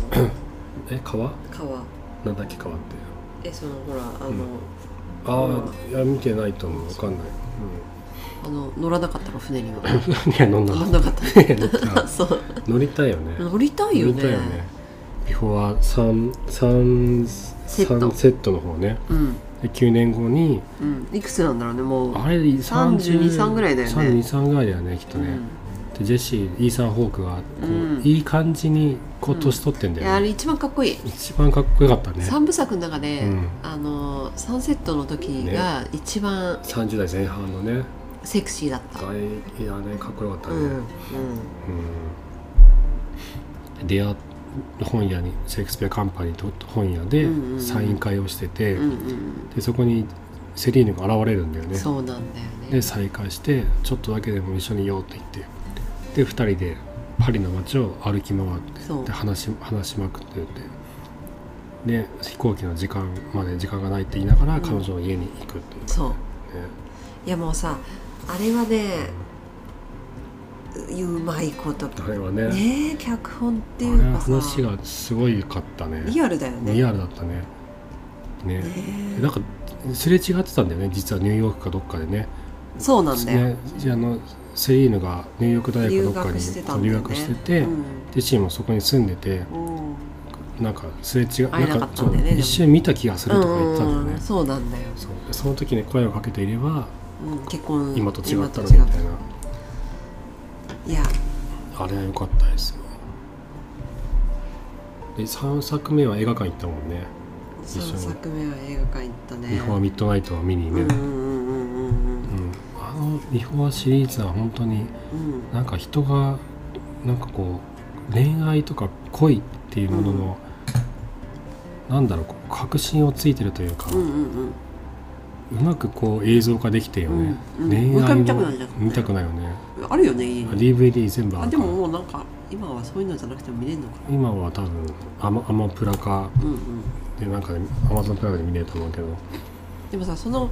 [SPEAKER 1] え川
[SPEAKER 2] 川
[SPEAKER 1] なんだっけ川って
[SPEAKER 2] えそのほらあの、
[SPEAKER 1] うんああいや見てないと思うわか んない、
[SPEAKER 2] あの乗らなかったの船に は
[SPEAKER 1] うん、いや飲んだ
[SPEAKER 2] 乗らなかった
[SPEAKER 1] いや乗ってな
[SPEAKER 2] の
[SPEAKER 1] い
[SPEAKER 2] そう
[SPEAKER 1] 乗りたいよね
[SPEAKER 2] 乗りたいよね
[SPEAKER 1] 乗りたいよねビフォーサンサン
[SPEAKER 2] セット
[SPEAKER 1] サンセットの方ね
[SPEAKER 2] うん、
[SPEAKER 1] で9年後に
[SPEAKER 2] うん、いくつなんだろうねもう
[SPEAKER 1] あれ
[SPEAKER 2] 32ぐらいだよね
[SPEAKER 1] 323ぐらいだよねきっとね、でジェシーイーサン・ホークがこう、
[SPEAKER 2] うん
[SPEAKER 1] いい感じにこう年取ってん
[SPEAKER 2] うん、
[SPEAKER 1] だ
[SPEAKER 2] いやあ
[SPEAKER 1] よね、
[SPEAKER 2] れ一番かっこいい、
[SPEAKER 1] 一番かっこよかったね
[SPEAKER 2] 三部作の中で、
[SPEAKER 1] うん
[SPEAKER 2] あのサンセットの時
[SPEAKER 1] ね
[SPEAKER 2] が一番
[SPEAKER 1] 30代前半のね
[SPEAKER 2] セクシーだった、
[SPEAKER 1] あれいやねかっこよかった
[SPEAKER 2] う
[SPEAKER 1] ね、
[SPEAKER 2] ん、うん、
[SPEAKER 1] うん出会っ本屋にシェイクスピア・カンパニーと本屋で
[SPEAKER 2] うんうんうん
[SPEAKER 1] サイン会をしてて、
[SPEAKER 2] うんうん
[SPEAKER 1] でそこにセリーヌが現れるんだよね
[SPEAKER 2] そうなんだよね
[SPEAKER 1] で再会してちょっとだけでも一緒にいようって言ってで2人でパリの街を歩き回って
[SPEAKER 2] そう
[SPEAKER 1] で話し話しまくっててで飛行機の時間まで時間がないって言いながら彼女の家に行くっていうね、
[SPEAKER 2] そういやもうさあれはねうまいこと
[SPEAKER 1] あれはね
[SPEAKER 2] ねえ脚本ってい
[SPEAKER 1] あれ
[SPEAKER 2] う
[SPEAKER 1] は
[SPEAKER 2] かさ
[SPEAKER 1] 話がすごい良かったね
[SPEAKER 2] リアルだよね
[SPEAKER 1] リアルだったねね
[SPEAKER 2] ねえ
[SPEAKER 1] なんかすれ違ってたんだよね実はニューヨークかどっかでね
[SPEAKER 2] そうなんだよ
[SPEAKER 1] ねあのセリーヌがニューヨーク大学
[SPEAKER 2] 留
[SPEAKER 1] どっか
[SPEAKER 2] 学
[SPEAKER 1] に
[SPEAKER 2] してたんだよね
[SPEAKER 1] 留学してて、
[SPEAKER 2] うん
[SPEAKER 1] でシーもそこに住んでて
[SPEAKER 2] うん
[SPEAKER 1] なんかすれ違う
[SPEAKER 2] 会えなか
[SPEAKER 1] か
[SPEAKER 2] った
[SPEAKER 1] そ
[SPEAKER 2] んだよ
[SPEAKER 1] う
[SPEAKER 2] ねでも
[SPEAKER 1] 一瞬見た気がするとか言ってたんだよ
[SPEAKER 2] う
[SPEAKER 1] ね、
[SPEAKER 2] んそうなんだよ、
[SPEAKER 1] そうでその時に声をかけていれば
[SPEAKER 2] うん、結婚
[SPEAKER 1] 今と違ったの
[SPEAKER 2] 今
[SPEAKER 1] み
[SPEAKER 2] と
[SPEAKER 1] たい
[SPEAKER 2] 違
[SPEAKER 1] な
[SPEAKER 2] ったいや
[SPEAKER 1] あれは良かったですよで3作目は映画館行ったもんね一緒に
[SPEAKER 2] 3作目は映画館行った
[SPEAKER 1] 「
[SPEAKER 2] ね
[SPEAKER 1] ビフォーミッドナイト」を見に
[SPEAKER 2] うんう
[SPEAKER 1] ね、
[SPEAKER 2] んうんうんうん
[SPEAKER 1] うんあの「ビフォー」シリーズは本当に
[SPEAKER 2] うん
[SPEAKER 1] なんか人がなんかこう恋愛とか恋っていうものの、なんだろうこう確信をついてるというか、
[SPEAKER 2] うんうん
[SPEAKER 1] うまくこう映像化できてるよね、
[SPEAKER 2] うんうん
[SPEAKER 1] 恋愛
[SPEAKER 2] もう一回見たく
[SPEAKER 1] も
[SPEAKER 2] なるじゃん
[SPEAKER 1] 見たくないよね
[SPEAKER 2] うんあるよね家に
[SPEAKER 1] DVD 全部あ
[SPEAKER 2] あ
[SPEAKER 1] る
[SPEAKER 2] で
[SPEAKER 1] から
[SPEAKER 2] ももうなんか今はそういうのじゃなくても見れるのか
[SPEAKER 1] 今は多分アマアマプラか
[SPEAKER 2] なうんうん
[SPEAKER 1] でなんかねアマゾンプライムで見れると思うけど
[SPEAKER 2] でもさその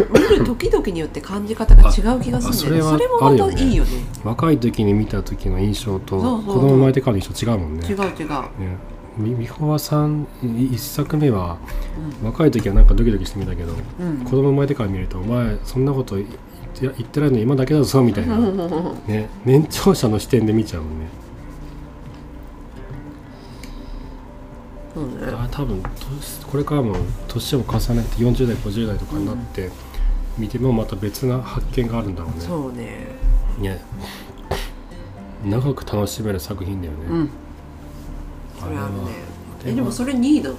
[SPEAKER 2] 見る時々によって感じ方が違う気がするんだよね
[SPEAKER 1] あ
[SPEAKER 2] そ
[SPEAKER 1] そ
[SPEAKER 2] れ
[SPEAKER 1] れは
[SPEAKER 2] もま
[SPEAKER 1] あ
[SPEAKER 2] た
[SPEAKER 1] るよね
[SPEAKER 2] いいよね
[SPEAKER 1] 若い時に見た時の印象と
[SPEAKER 2] そうそう
[SPEAKER 1] 子
[SPEAKER 2] そう
[SPEAKER 1] 供生まれてからの印象違うもんね
[SPEAKER 2] 違う違う、
[SPEAKER 1] ねみミホは3一作目は若い時はなんかドキドキしてみたけど
[SPEAKER 2] うんうん
[SPEAKER 1] 子供生まれてから見ると「お前そんなこと言って言ってないの今だけだぞ」みたいな、ね、年長者の視点で見ちゃうもんね
[SPEAKER 2] そうね
[SPEAKER 1] あー多分年これからも年を重ねて40代50代とかになって、見てもまた別な発見があるんだろうね
[SPEAKER 2] そうね
[SPEAKER 1] ね長く楽しめる作品だよね、
[SPEAKER 2] うんそれある
[SPEAKER 1] あ
[SPEAKER 2] ね
[SPEAKER 1] れは
[SPEAKER 2] えでもそれ2位だ
[SPEAKER 1] わ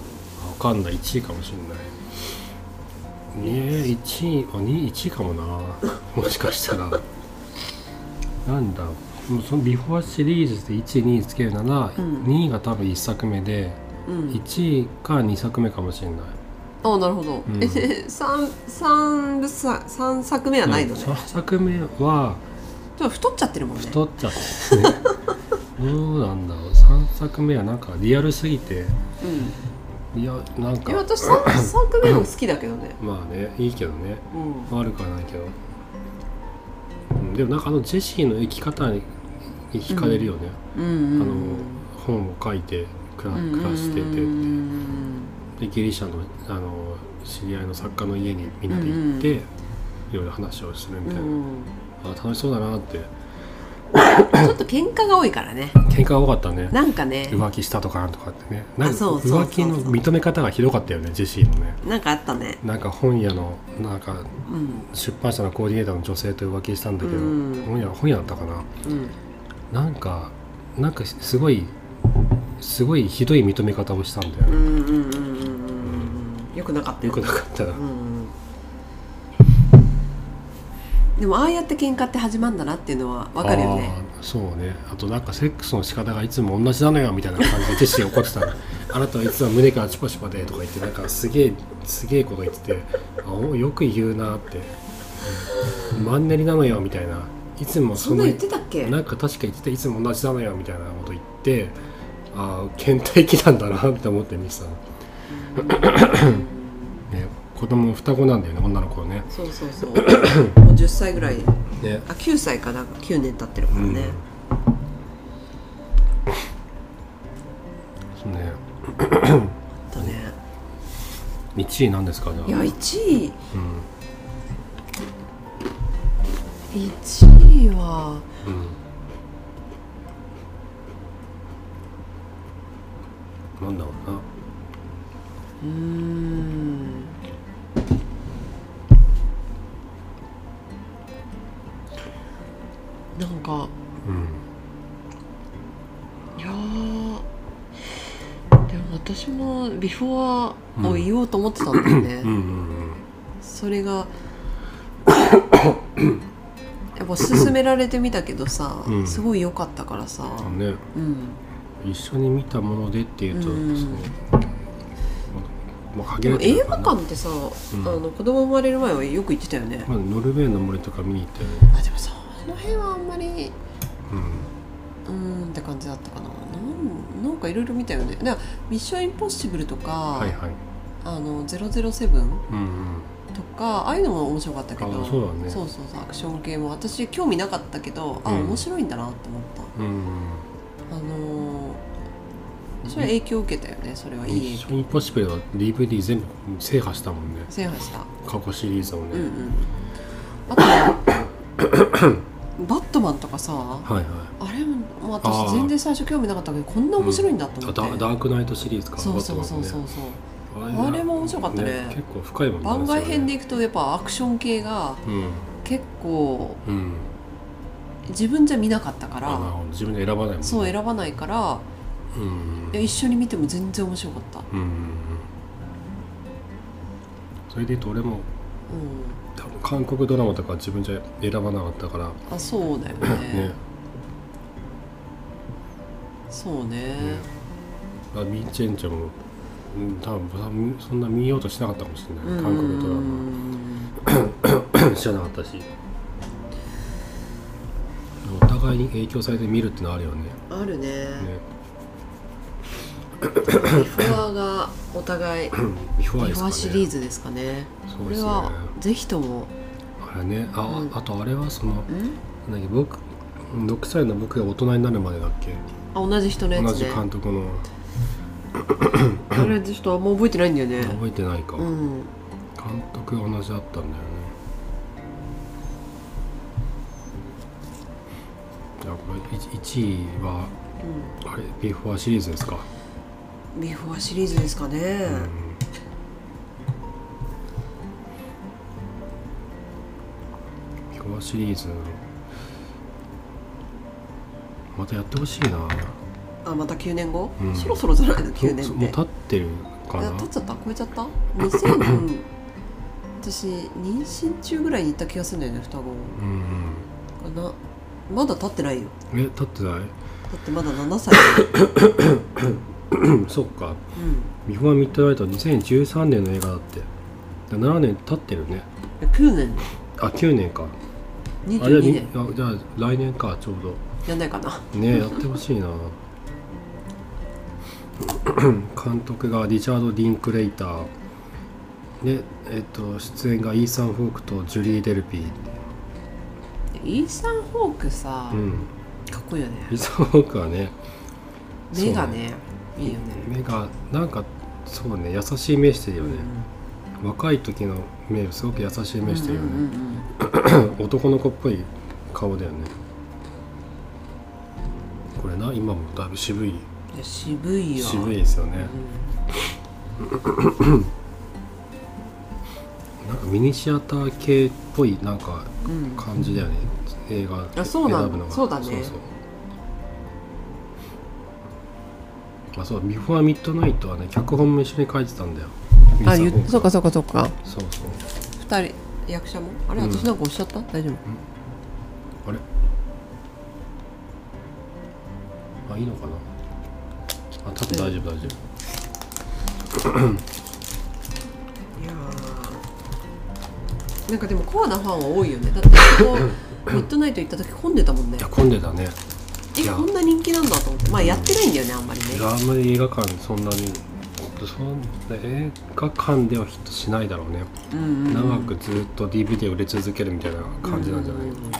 [SPEAKER 1] かんない1位かもしれないねえ1位あ2位1位かもな もしかしたらなんだもうそのビフォアシリーズで1位2位つけるなら、
[SPEAKER 2] うん
[SPEAKER 1] 2位が多分1作目で
[SPEAKER 2] うん
[SPEAKER 1] 1位か2作目かもしれない
[SPEAKER 2] あなるほ
[SPEAKER 1] う
[SPEAKER 2] ど、
[SPEAKER 1] ん
[SPEAKER 2] えで三三部作三作目はないのね、
[SPEAKER 1] 3作目は
[SPEAKER 2] ちょっと太っちゃってるもんね
[SPEAKER 1] 太っちゃ ってねどうなんだろう3作目はなんかリアルすぎて
[SPEAKER 2] うん
[SPEAKER 1] いやなんか
[SPEAKER 2] え私 3, 作目も好きだけどね
[SPEAKER 1] まあねいいけどね
[SPEAKER 2] うん
[SPEAKER 1] 悪くはないけど、うん、でもなんかあのジェシーの生き方に惹かれるよね、
[SPEAKER 2] うんうん
[SPEAKER 1] あの本を書いて暮ら暮らしててって
[SPEAKER 2] うん
[SPEAKER 1] でギリシャのあの知り合いの作家の家にみんなで行って、いろいろ話をするみ
[SPEAKER 2] う
[SPEAKER 1] たいな、
[SPEAKER 2] ん
[SPEAKER 1] あ楽しそうだなって
[SPEAKER 2] ちょっと喧嘩が多いからね
[SPEAKER 1] 喧嘩が多かったね
[SPEAKER 2] なんかね
[SPEAKER 1] 浮気したとかなんとかってねなん
[SPEAKER 2] あ
[SPEAKER 1] か
[SPEAKER 2] そうそうそう
[SPEAKER 1] 浮気の認め方がひどかったよねジェシーのね
[SPEAKER 2] なんかあったね
[SPEAKER 1] なんか本屋のなんか
[SPEAKER 2] うん
[SPEAKER 1] 出版社のコーディネーターの女性と浮気したんだけど、
[SPEAKER 2] うん
[SPEAKER 1] 本屋本屋だったかな
[SPEAKER 2] うん
[SPEAKER 1] なんかなんかすごいすごいひどい認め方をしたんだよ
[SPEAKER 2] う
[SPEAKER 1] ね、
[SPEAKER 2] んうんうんうんうんうんよくなかった
[SPEAKER 1] よくなかったら、
[SPEAKER 2] うんうんでもああやって喧嘩って始まるんだなっていうのはわかるよね
[SPEAKER 1] あーそうねあとなんかセックスの仕方がいつも同じなのよみたいな感じでジェシーが怒ってたの あなたはいつも胸からチパチパでとか言ってなんかすげえすげえこと言っててあおよく言うなって、うんマンネリなのよみたいないつも
[SPEAKER 2] そんな言ってたっけ
[SPEAKER 1] なんか確か言ってたいつも同じなのよみたいなこと言ってああ倦怠期なんだなって思って見 てたの
[SPEAKER 2] うん
[SPEAKER 1] ね、子供双子なんだよね女の子はね
[SPEAKER 2] そうそうそうもう10歳ぐらい
[SPEAKER 1] ね
[SPEAKER 2] あ9歳かなんか9年経ってるからね
[SPEAKER 1] そうね
[SPEAKER 2] だね
[SPEAKER 1] 1位なんですかね
[SPEAKER 2] いや1位
[SPEAKER 1] うん
[SPEAKER 2] 1位は
[SPEAKER 1] うんなんだろうな
[SPEAKER 2] うーんなんか
[SPEAKER 1] うん
[SPEAKER 2] いやーでも私もビフォアを言おうと思ってたんだよね、
[SPEAKER 1] うんうん
[SPEAKER 2] それがやっぱ勧められてみたけどさ、
[SPEAKER 1] うん
[SPEAKER 2] すごい良かったからさ、
[SPEAKER 1] うんあのね
[SPEAKER 2] うん、
[SPEAKER 1] 一緒に見たものでっていうと、
[SPEAKER 2] うん
[SPEAKER 1] そうまあ
[SPEAKER 2] で
[SPEAKER 1] 限ら
[SPEAKER 2] も
[SPEAKER 1] れて
[SPEAKER 2] 映
[SPEAKER 1] るか
[SPEAKER 2] 画
[SPEAKER 1] な
[SPEAKER 2] 館ってさ、
[SPEAKER 1] ん
[SPEAKER 2] あの子供生まれる前はよく行ってたよね、
[SPEAKER 1] まあノルウェーの森とか見に行ったよね
[SPEAKER 2] あでもさあの辺はあんまり
[SPEAKER 1] うん
[SPEAKER 2] うーんって感じだったかななんなんかいろいろ見たよねだから「ミッションインポッシブル」とか
[SPEAKER 1] は
[SPEAKER 2] 「
[SPEAKER 1] いはい
[SPEAKER 2] あの007
[SPEAKER 1] うんうん」
[SPEAKER 2] とかああいうのも面白かったけど
[SPEAKER 1] あそうだね
[SPEAKER 2] そうそうそうアクション系も私興味なかったけどあ、
[SPEAKER 1] うん
[SPEAKER 2] 面白いんだなって思った
[SPEAKER 1] うん
[SPEAKER 2] あのーそれは影響を受けたよねそれ
[SPEAKER 1] 「
[SPEAKER 2] はいい
[SPEAKER 1] ミッ
[SPEAKER 2] 影
[SPEAKER 1] シ
[SPEAKER 2] 響
[SPEAKER 1] ョンインポッシブル」は DVD 全部制覇したもんね
[SPEAKER 2] 制覇した
[SPEAKER 1] 過去シリーズを
[SPEAKER 2] うんう
[SPEAKER 1] ね、
[SPEAKER 2] んあとね バットマンとかさ、
[SPEAKER 1] はいはい
[SPEAKER 2] あれも
[SPEAKER 1] あー
[SPEAKER 2] 私全然最初興味なかったけどこんな面白いんだと思
[SPEAKER 1] あ
[SPEAKER 2] って、
[SPEAKER 1] ダダークナイトシリーズか
[SPEAKER 2] そうそうそうそうそう、
[SPEAKER 1] バットマンね
[SPEAKER 2] あれも面白かったね
[SPEAKER 1] 結構深いもんね
[SPEAKER 2] 番外編で
[SPEAKER 1] そ
[SPEAKER 2] いくとやっぱアクション系が
[SPEAKER 1] れね
[SPEAKER 2] 結構
[SPEAKER 1] うんうん
[SPEAKER 2] 自分じゃ見なかったか
[SPEAKER 1] あなる
[SPEAKER 2] ら
[SPEAKER 1] ほど自分で選ばないもんね
[SPEAKER 2] そう選ばないから
[SPEAKER 1] うん
[SPEAKER 2] いや一緒に見ても全然面白かった、うん、
[SPEAKER 1] うんそれで言うと俺も多分韓国ドラマとか自分じゃ選ばなかったから
[SPEAKER 2] あそうだよね
[SPEAKER 1] ね
[SPEAKER 2] そうね、
[SPEAKER 1] あミーチェンチェもうん多分そんな見ようとしなかったかもしれ
[SPEAKER 2] う
[SPEAKER 1] ない
[SPEAKER 2] ん、
[SPEAKER 1] 韓国ドラマ知らなかったしお互いに影響されて見るってのはあるよね
[SPEAKER 2] あるね
[SPEAKER 1] ね
[SPEAKER 2] フォアがお互 いフ
[SPEAKER 1] ビフォアです
[SPEAKER 2] ォ
[SPEAKER 1] か
[SPEAKER 2] ア
[SPEAKER 1] ね
[SPEAKER 2] シリーズですかね
[SPEAKER 1] そう
[SPEAKER 2] こ
[SPEAKER 1] で
[SPEAKER 2] れ
[SPEAKER 1] すね
[SPEAKER 2] はぜひとも
[SPEAKER 1] あれねあ、
[SPEAKER 2] うん
[SPEAKER 1] あとあれはその
[SPEAKER 2] ん
[SPEAKER 1] 何僕6歳の僕が大人になるまでだっけ、
[SPEAKER 2] あ同じ人のや
[SPEAKER 1] 同
[SPEAKER 2] つ
[SPEAKER 1] じ
[SPEAKER 2] ね
[SPEAKER 1] 監督の
[SPEAKER 2] 同じ人はもう覚えてないんだよね
[SPEAKER 1] 覚えてないか、
[SPEAKER 2] うん
[SPEAKER 1] 監督が同じだったんだよねじゃあこれ 1, 位はあれビフォアシリーズですか、
[SPEAKER 2] ビフォアシリーズですかね、
[SPEAKER 1] うんビフォアシリーズまたやってほしいな
[SPEAKER 2] あまた9年後、
[SPEAKER 1] うん
[SPEAKER 2] そろそろじゃないの
[SPEAKER 1] そ
[SPEAKER 2] 9年
[SPEAKER 1] そ
[SPEAKER 2] っ
[SPEAKER 1] もう
[SPEAKER 2] て
[SPEAKER 1] 立ってるか
[SPEAKER 2] あ
[SPEAKER 1] な
[SPEAKER 2] 経っちゃった超えちゃった2000 私妊娠中ぐらいに行った気がするんだよね双子
[SPEAKER 1] うん
[SPEAKER 2] かなまだ経ってないよ
[SPEAKER 1] え立ってない
[SPEAKER 2] だってまだ7歳だよ、
[SPEAKER 1] うんそっか
[SPEAKER 2] うん
[SPEAKER 1] ビフォアミッドナイトは2013年の映画だってだ7年経ってるね
[SPEAKER 2] え、9年
[SPEAKER 1] あ9年かあれは
[SPEAKER 2] 22
[SPEAKER 1] に
[SPEAKER 2] 年
[SPEAKER 1] あじゃあ来年かちょう
[SPEAKER 2] やんないかな
[SPEAKER 1] どねやってほしいな 監督がリチャード・ディンクレイターで、えっと、出演がイーサン・フォークとジュリー・デルピー、
[SPEAKER 2] イーサン・ホークさ、
[SPEAKER 1] うん、
[SPEAKER 2] かっこいいよね
[SPEAKER 1] イーサン・フォークはねそう
[SPEAKER 2] 目がねいいよね
[SPEAKER 1] 目がなんかそうね優しい目してるよね、若い時の目すごく優しい
[SPEAKER 2] うん
[SPEAKER 1] 目してるよね、
[SPEAKER 2] うんうんうん
[SPEAKER 1] 男の子っぽい顔だよねこれな今もだいぶ渋い
[SPEAKER 2] いや渋いよ
[SPEAKER 1] 渋いですよ ね
[SPEAKER 2] う
[SPEAKER 1] なんかミニシアター系っぽいなんか
[SPEAKER 2] ん、うん
[SPEAKER 1] 感じだよね映画
[SPEAKER 2] あそうなのそうだね
[SPEAKER 1] あそうビフォーミッドナイトはね脚本も一緒に書いてたんだよ
[SPEAKER 2] あ
[SPEAKER 1] リサ
[SPEAKER 2] 言っそうか
[SPEAKER 1] ホーク
[SPEAKER 2] そうかそうか
[SPEAKER 1] そうそう
[SPEAKER 2] 二人役者もあれ
[SPEAKER 1] うん
[SPEAKER 2] 私なんかおっしゃった、大丈夫
[SPEAKER 1] あれあいいのかなあ多分大丈夫大丈夫
[SPEAKER 2] いやーなんかでもコアなファンは多いよねだって そこミッドナイト行った時混んでたもんね
[SPEAKER 1] いや混んでたねい
[SPEAKER 2] え
[SPEAKER 1] や
[SPEAKER 2] こんな人気なんだと思ってまあやってないんだよねあんまりね
[SPEAKER 1] いやあんまり映画館そんなにそん映画館ではヒットしないだろうね、
[SPEAKER 2] うんうんうん
[SPEAKER 1] 長くずっと DVD 売れ続けるみたいな感じなんじゃない、
[SPEAKER 2] うんうんうん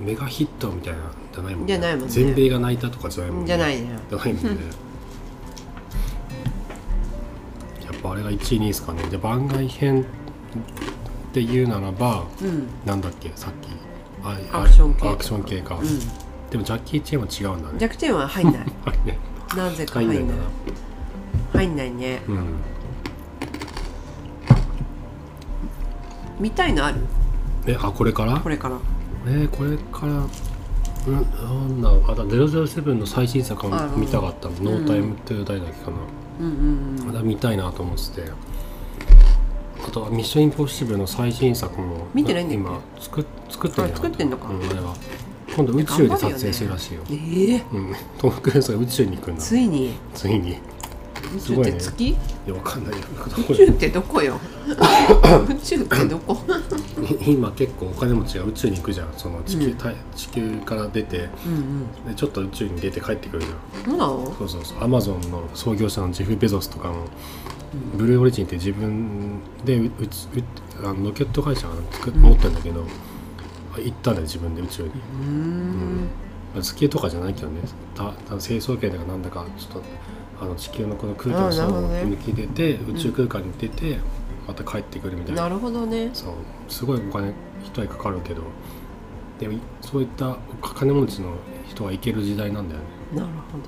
[SPEAKER 1] メガヒットみたいなじゃないもんね
[SPEAKER 2] じゃないもんね
[SPEAKER 1] 全米が泣いたとかじゃないもんね
[SPEAKER 2] じゃないね
[SPEAKER 1] じゃないもんねやっぱあれが1位2位ですかねで番外編っていうならば
[SPEAKER 2] うん
[SPEAKER 1] なんだっけさっきああ
[SPEAKER 2] アクション系
[SPEAKER 1] アクション系か、
[SPEAKER 2] うん
[SPEAKER 1] でもジャッキー・チェーンは違うんだね
[SPEAKER 2] 弱点は入ん ない
[SPEAKER 1] あれね
[SPEAKER 2] なぜか
[SPEAKER 1] 入
[SPEAKER 2] 入
[SPEAKER 1] ん
[SPEAKER 2] ん
[SPEAKER 1] な
[SPEAKER 2] ないい
[SPEAKER 1] んだな
[SPEAKER 2] 入んないね
[SPEAKER 1] うん
[SPEAKER 2] 見たいのある
[SPEAKER 1] えあこれから
[SPEAKER 2] これから
[SPEAKER 1] えーこれからうんなんだあだ007の最新作
[SPEAKER 2] あ
[SPEAKER 1] は
[SPEAKER 2] うん
[SPEAKER 1] 見たかったの「ノータイムトゥーダイだけかな、
[SPEAKER 2] うんうんうん
[SPEAKER 1] まだ見たいなと思っててあとは「ミッションインポッシブル」の最新作も
[SPEAKER 2] 見てないんだよね
[SPEAKER 1] 今作作ってん
[SPEAKER 2] あ作ってんのか
[SPEAKER 1] うん、あれは今度宇宙で撮影するらしいよ
[SPEAKER 2] ええ
[SPEAKER 1] うん、トム・クルーズが宇宙に行くんだ
[SPEAKER 2] ついに
[SPEAKER 1] ついにい
[SPEAKER 2] 宇
[SPEAKER 1] す
[SPEAKER 2] 宙
[SPEAKER 1] ご
[SPEAKER 2] っ
[SPEAKER 1] いね
[SPEAKER 2] て月、
[SPEAKER 1] やわか んないよ
[SPEAKER 2] 宇宙ってど こよ宇宙ってどこ
[SPEAKER 1] 今結構お金持ちが宇宙に行くじゃんその地球,、
[SPEAKER 2] うん
[SPEAKER 1] 太地球から出て
[SPEAKER 2] うんうん
[SPEAKER 1] でちょっと宇宙に出て帰ってくるじゃん
[SPEAKER 2] そうなの
[SPEAKER 1] そうそうそうアマゾンの創業者のジェフ・ベゾスとかも、ブルーオリジンって自分でうううあのロケット会社が作っ持ってるんだけど、あ行ったんだよ自分で宇宙に、
[SPEAKER 2] うーん
[SPEAKER 1] 月とかじゃないけどねたた成層圏だかなんだかちょっとあの地球のこの空間
[SPEAKER 2] あーなるほど
[SPEAKER 1] を
[SPEAKER 2] ね
[SPEAKER 1] 抜き出て、宇宙空間に出て、また帰ってくるみたいな
[SPEAKER 2] なるほどね
[SPEAKER 1] そうすごいお金一人かかるけどでもいそういった金持ちの人は行ける時代なんだよね
[SPEAKER 2] なるほ